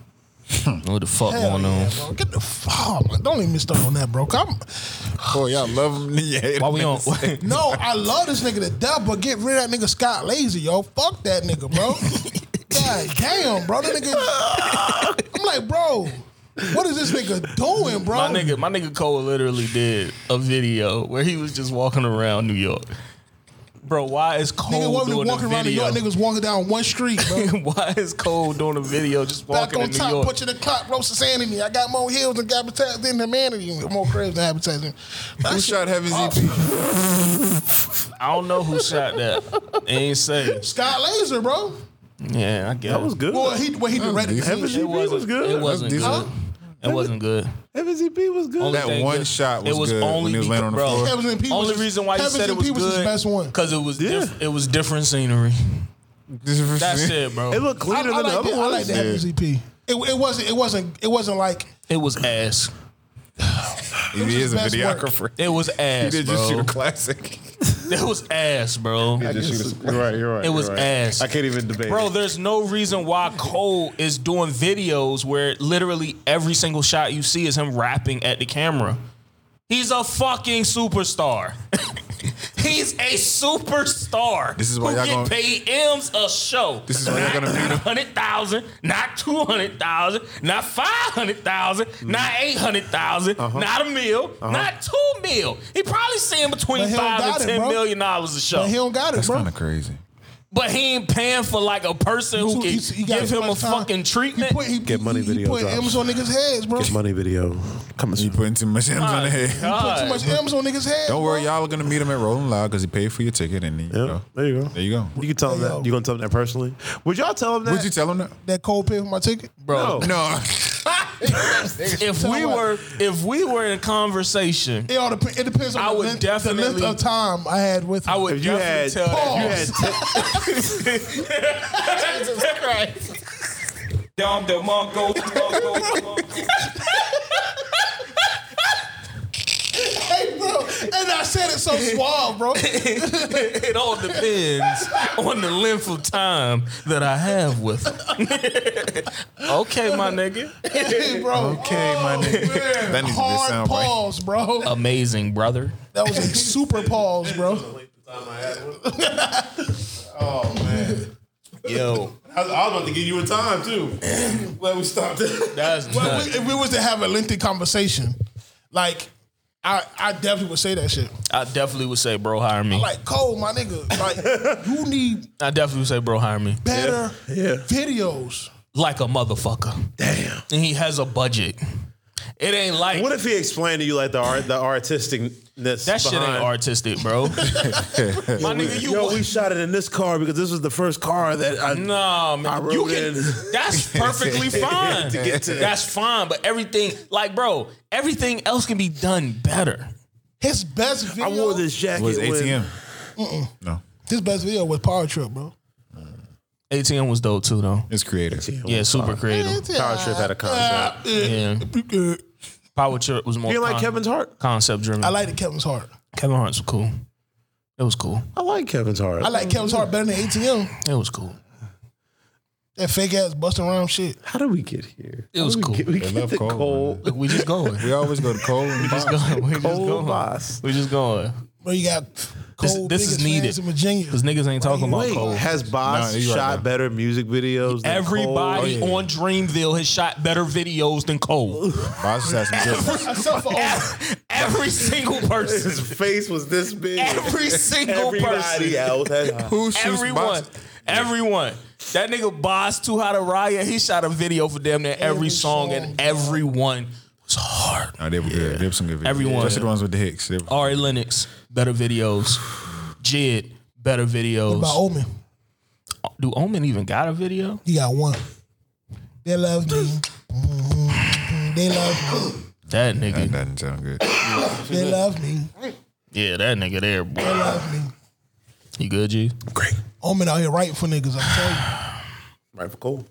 what the fuck Hell going yeah, on? bro. Get the fuck. Don't even start on that, bro. 'Cause I'm- Boy, y'all love him. Yeah, Why we on? no, I love this nigga to death, but get rid of that nigga Scott Lazy, yo. Fuck that nigga, bro. God damn, bro. That nigga. I'm like, bro, what is this nigga doing, bro? My nigga, my nigga Cole literally did a video where he was just walking around New York. Bro, why is Cole Nigga wasn't doing walking a around New video? York. Niggas walking down one street, bro. why is Cole doing a video just Back walking on in New top, York? punching the clock, roasting sand in me. I got more hills than habitat than humanity. More crabs than habitat. than- Who shot E Heaven's Oh. EP? I don't know who shot that. It ain't say. Scott Laser, bro. Yeah, I guess That was good. Well, he well, he directed it. Heaven's EP It was, wasn't good. It wasn't good. decent. It wasn't good. Heaven's EP was good. Only That thing one good- shot was it was good only when he was laying on the beca- floor. bro, Heavens and P was Only just- reason why you Heavens said it and was P was his good best one. because it was diff- it was different scenery. That's it, bro. It looked cleaner than I the like other that. I ones. like that MVP. It, it wasn't. It wasn't. It wasn't like It was ass. He is a best work. videographer. It was He ass, did bro. just shoot a classic. That was ass, bro. You're right. You're right. It was you're right. ass. I can't even debate. Bro, it. there's no reason why Cole is doing videos where literally every single shot you see is him rapping at the camera. He's a fucking superstar. He's a superstar. This is why who y'all get gonna- paid M's a show. This is why y'all gonna mute him. hundred thousand, not two hundred thousand, not five hundred thousand, Mm. not eight hundred thousand, Uh-huh. not a mil, not two mil. He probably seeing between But he don't five got and it, ten million bro. dollars a show. but he don't got it, That's bro. kind of crazy. But he ain't paying for like a person who can give him a fucking treatment. Get money video. Put drops. M's on niggas' heads, bro. Get money video. Coming You putting too much M's on the head. Put too much M's on niggas' heads. Don't worry, y'all are gonna meet him at Rolling Loud because he paid for your ticket, and you know. There you go. There you go. You can tell him that. You gonna tell him that personally? Would y'all tell him that? Would you tell him that? That cold pay for my ticket, Bro. No. if we were if we were in a conversation, It, all dep- it depends on I the, would length, definitely- the length of time I had with him. I would definitely tell Pause. Jesus Christ. Dom the Mongo. hey, bro, and I said it so suave, bro. it all depends on the length of time that I have with him. okay, my nigga. hey, bro. Oh, Okay, my nigga. That needs Hard pause, bro. Amazing, brother. That was a super pause, bro. Oh man. Yo. I, was- I was about to give you a time too. Glad we stopped. That's Well, if we- if we was to have a lengthy conversation, like I, I definitely would say that shit. I definitely would say, bro, hire me. Like, Cole, my nigga, like you need I definitely would say, bro, hire me. better videos. Like a motherfucker. Damn. And he has a budget. It ain't like. What if he explained to you like the art, the artisticness? That shit ain't artistic, bro. My nigga, you- yo, we shot it in this car because this was the first car that I nah man. I rode you can. in. That's perfectly fine. To get to that. that's fine, but everything, like, bro, everything else can be done better. His best video. I wore this jacket. was when- ATM. Mm-mm. No. His best video was Power Trip, bro. ATM was dope too, though. It's creative. Oh, Yeah, super creative. Power Trip had a Ah. concept. Yeah. Power Trip was more. You like Kevin's heart? Concept driven. I liked Kevin's Heart. Kevin Hart's was cool. It was cool. I like Kevin's heart. I like Kevin's Heart better than ATM. It was cool. That fake ass busting around shit. How did we get here? It was How did cool. We get, we They get love the Cole, man. cold, Look, we just going. We always go to Cole and just Bob. going. We just cold going. boss. We just going. Bro, you got This, cold. this is needed. in Virginia. Because niggas ain't talking about Wait, Cole. has Boss Nah, you right, shot bro. better music videos? Than Everybody Cole? on Dreamville has shot better videos than Cole. Boss just had some good ones. Except for Oprah. Every single person. His face was this big. Every single person. Everybody else has Who shoots Everyone. Boss? Everyone. That nigga Boss Too Hot to Riot, he shot a video for damn near every song, and everyone was hard. No, Oh, they were good. They were some good videos. Everyone. Especially the ones with the Hicks. They were- Ari Lennox, better videos. Jid, better videos. By Omen. Do Omen even got a video? You got one. They love me. Mhm. They love me. That That nigga. doesn't sound good. They love me. Yeah, that nigga there, They boy. love me. You good, G? Omen out here writing for niggas, I right for Cole.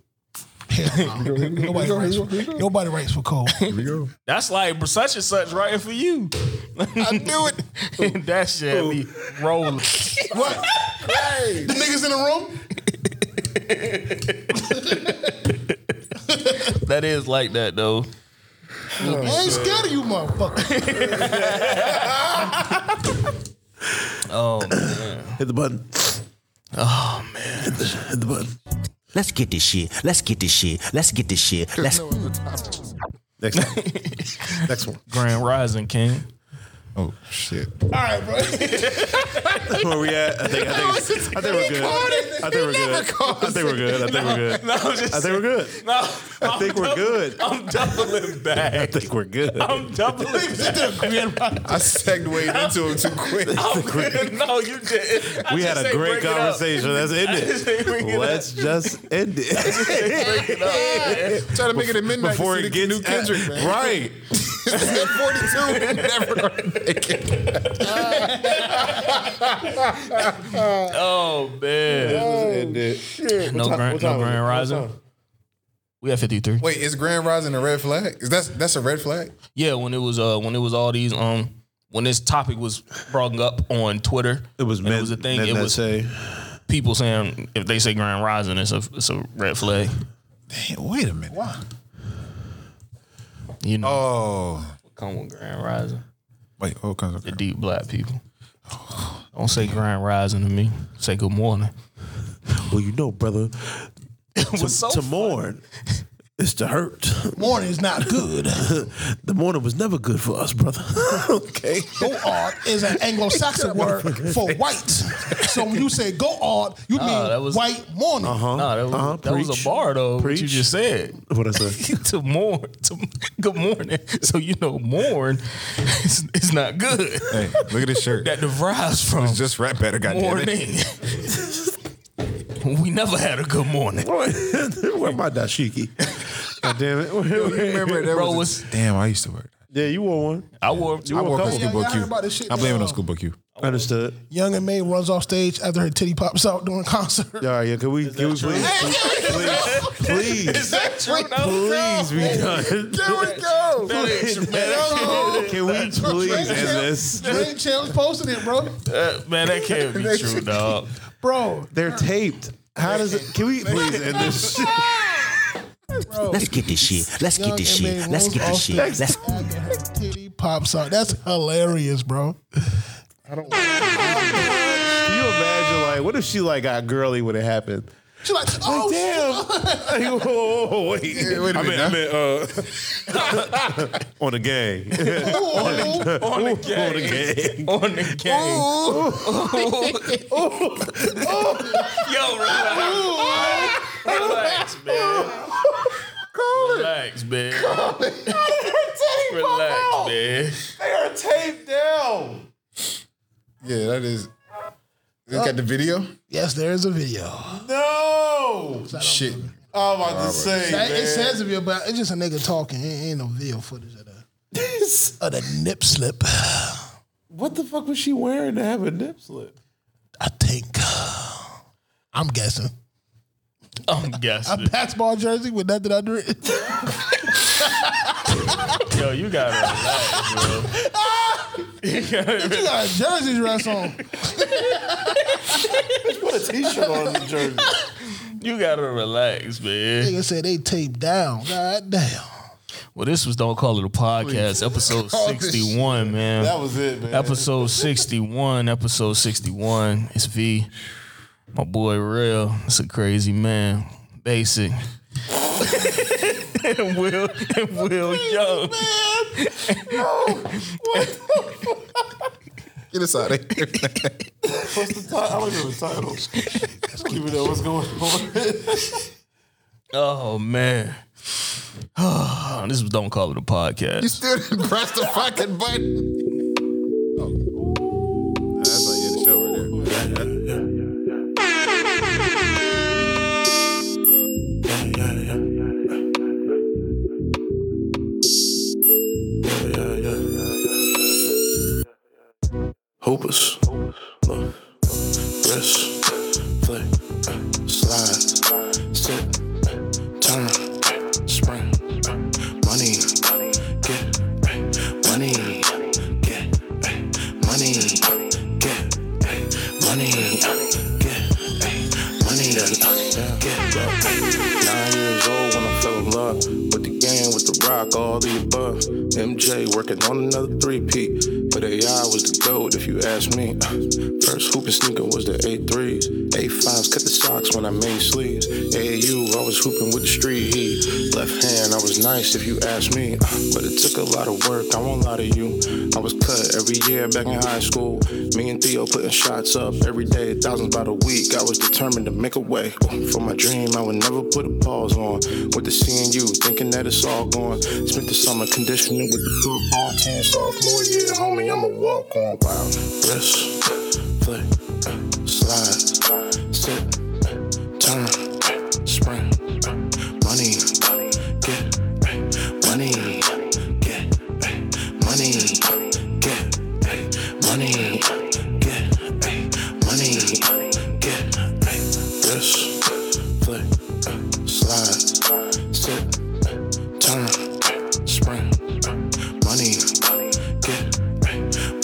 tell you. Hell no. nobody, writes for, nobody writes for Cole. Here we go. That's like such and such writing for you. I knew it. that shit had me rolling. What? The niggas in the room? That is like that though. I ain't scared of you, motherfucker. Oh man. Hit the button. Oh man. Hit the button. Let's get this shit. Let's get this shit. Let's get this shit. Let's Next one. Next one. Grand Rising King. Oh shit. All right, bro. Where we at? I think, I think, I think we're good. I think we're good. I think we're good. I think we're good. No, I'm just I think we're good. no, I think we're good. I'm doubling I back. think we're good. I'm doubling back. I segued into him too quick. no, you did. We had a great conversation. Let's end I just ain't bring it it. up. Let's just end it Try to make it at midnight before to it see the gets new Kendrick, man. right. At 42, never gonna make it. Oh man. No grand, no grand rising. We had 53. Wait, is Grand Rising a red flag? Is that that's a red flag? Yeah, when it was uh when it was all these um when this topic was brought up on Twitter, It was and men. it was a thing. men It that was say people saying if they say Grand Rising, it's a it's a red flag. wait a minute. You know, Oh, come with Grand Rising, wait. Oh, comes the deep black people. Don't say Grand Rising to me. Say good morning. Well, you know, brother. It was so to mourn It's the hurt. Morning is not good. the morning was never good for us, brother. okay. Go art is an Anglo-Saxon word for white. So when you say go art, you Nah, mean that was- white morning. Uh-huh. Nah, that was, Ah, Uh-huh, that was preach. a bar though. What you Preach. just said. What I said. to mourn. To, good morning. So you know, mourn is, is not good. Hey, look at this shirt. That derives from It's just rap better, goddamn morning. we never had a good morning. Where my dashiki? God damn it. Bro, was Damn, I used to work. Yeah, you wore one. I wore. You I wore work a on couple. School Book I heard about this U. shit I blame it now. on School Book U. Understood. Young and May runs off stage after her titty pops out during a concert. All right, yeah. Can we? Can we please? Please, Is that true? please be done. There we go. That ain't true, man. Can we please end this? Dream Challenge posted it, bro. Uh, man, that can't be true, dog. Bro, They're taped. How does it? Can we please end this? shit? Let's get this shit. Let's get this Young shit. M.A. Let's get this rolls shit. off Let's. the back, titty pops out. That's hilarious, bro. Can you imagine? Like, what if she like got girly when it happened? She's like, oh, damn. Like, whoa, whoa, whoa, wait. Yeah, wait a I meant, I meant uh, on the gang. on the on the On the gang. On the gang. Oh. Yo, relax. Relax, man. Relax, man. Relax, man. They are taped down. Yeah, that is. They got the video. Yes, there is a video. No. Shit. I'm about to say, It- It says a video, but it's just a nigga talking. It ain't no video footage of the, of the nip slip. What the fuck was she wearing to have a nip slip? I think. uh, I'm guessing. I'm guessing. A basketball jersey with nothing under it. Yo, you gotta relax, bro. You you gotta got a jersey dress on. Put a t-shirt on the jersey. You gotta relax, man. Nigga said they taped down. God damn. Well, this was Don't Call It a Podcast, episode Call this 61, man. That was it, man. Episode 61, episode 61. It's V, my boy Real. It's a crazy man. Basic. and Will, and Will Young. Get us out of here. What's the title? I don't even know the title. I don't even know what's going on. Oh, man. this was Don't Call It a Podcast. You still didn't press the fucking button. Oh. That's how you end the show right there. Hopus. Look, Rest. Play. uh, Slide. Sit. uh, Turn. uh, Spring. uh, Money. Get. uh, Money. Get. uh, Money. Get. uh, Money. Get. uh, Money. Get. uh, Nine years old when I fell in love with the game, with the rock, all the above. MJ working on another three P, but AI was the gold if you ask me. First hooping sneaker was the A3s, A5s cut the socks when I made sleeves. AAU, I was hooping with the street heat. Left hand, I was nice if you ask me, but it took a lot of work. I won't lie to you, I was cut every year back in high school. Me and Theo putting shots up every day, thousands by the week. I was determined to make a way for my dream. I would never put a pause on with the CNU, thinking that it's all gone. Spent the summer conditioning with the football team. Sophomore year, homie, I'm a walk on. Wow. Rest, play, uh, slide, sit, uh, turn, uh, spring, uh, money, get, uh, money, get, uh, money, get, uh, money, get, uh, money, get, uh, rest, play, uh, slide, sit turn, spring, money, get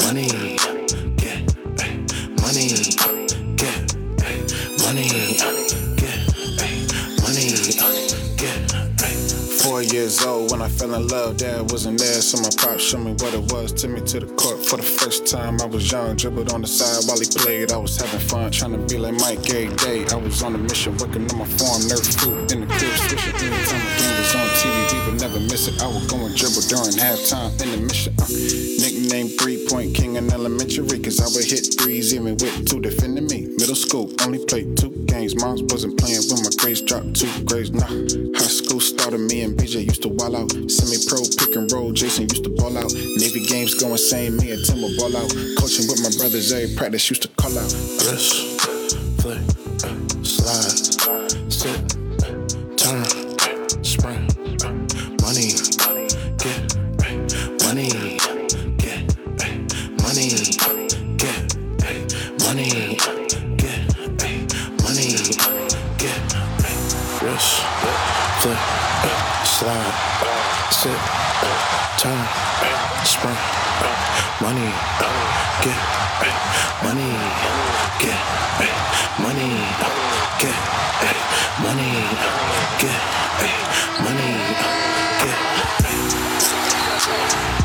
money, get money, get money, get money, get. Four years years old when I fell in love. Dad wasn't there, so my pop showed me what it was. Took me to the court for the first time. I was young, dribbled on the side while he played. I was having fun, trying to be like Mike every day. I was on a mission, working on my farm, nerf food in the crib, switching things. Time the game was on TV, we would never miss it. I would go and dribble during halftime in the mission. Uh, nicknamed three point king in elementary, cause I would hit threes even with two defending me. Middle school, only played two games. Moms wasn't playing when my grades dropped two grades. Nah, high school started me and BJ used to wall out. Semi pro pick and roll, Jason used to ball out. Navy games going same, me and Tim would ball out. Coaching with my brothers, every practice used to call out. Yes, play, slide, sit, turn, spring, money, get money, get money, get money, get money, get yes, play, slide, sit, turn, spring, money, get money, get money, get money, get money, get.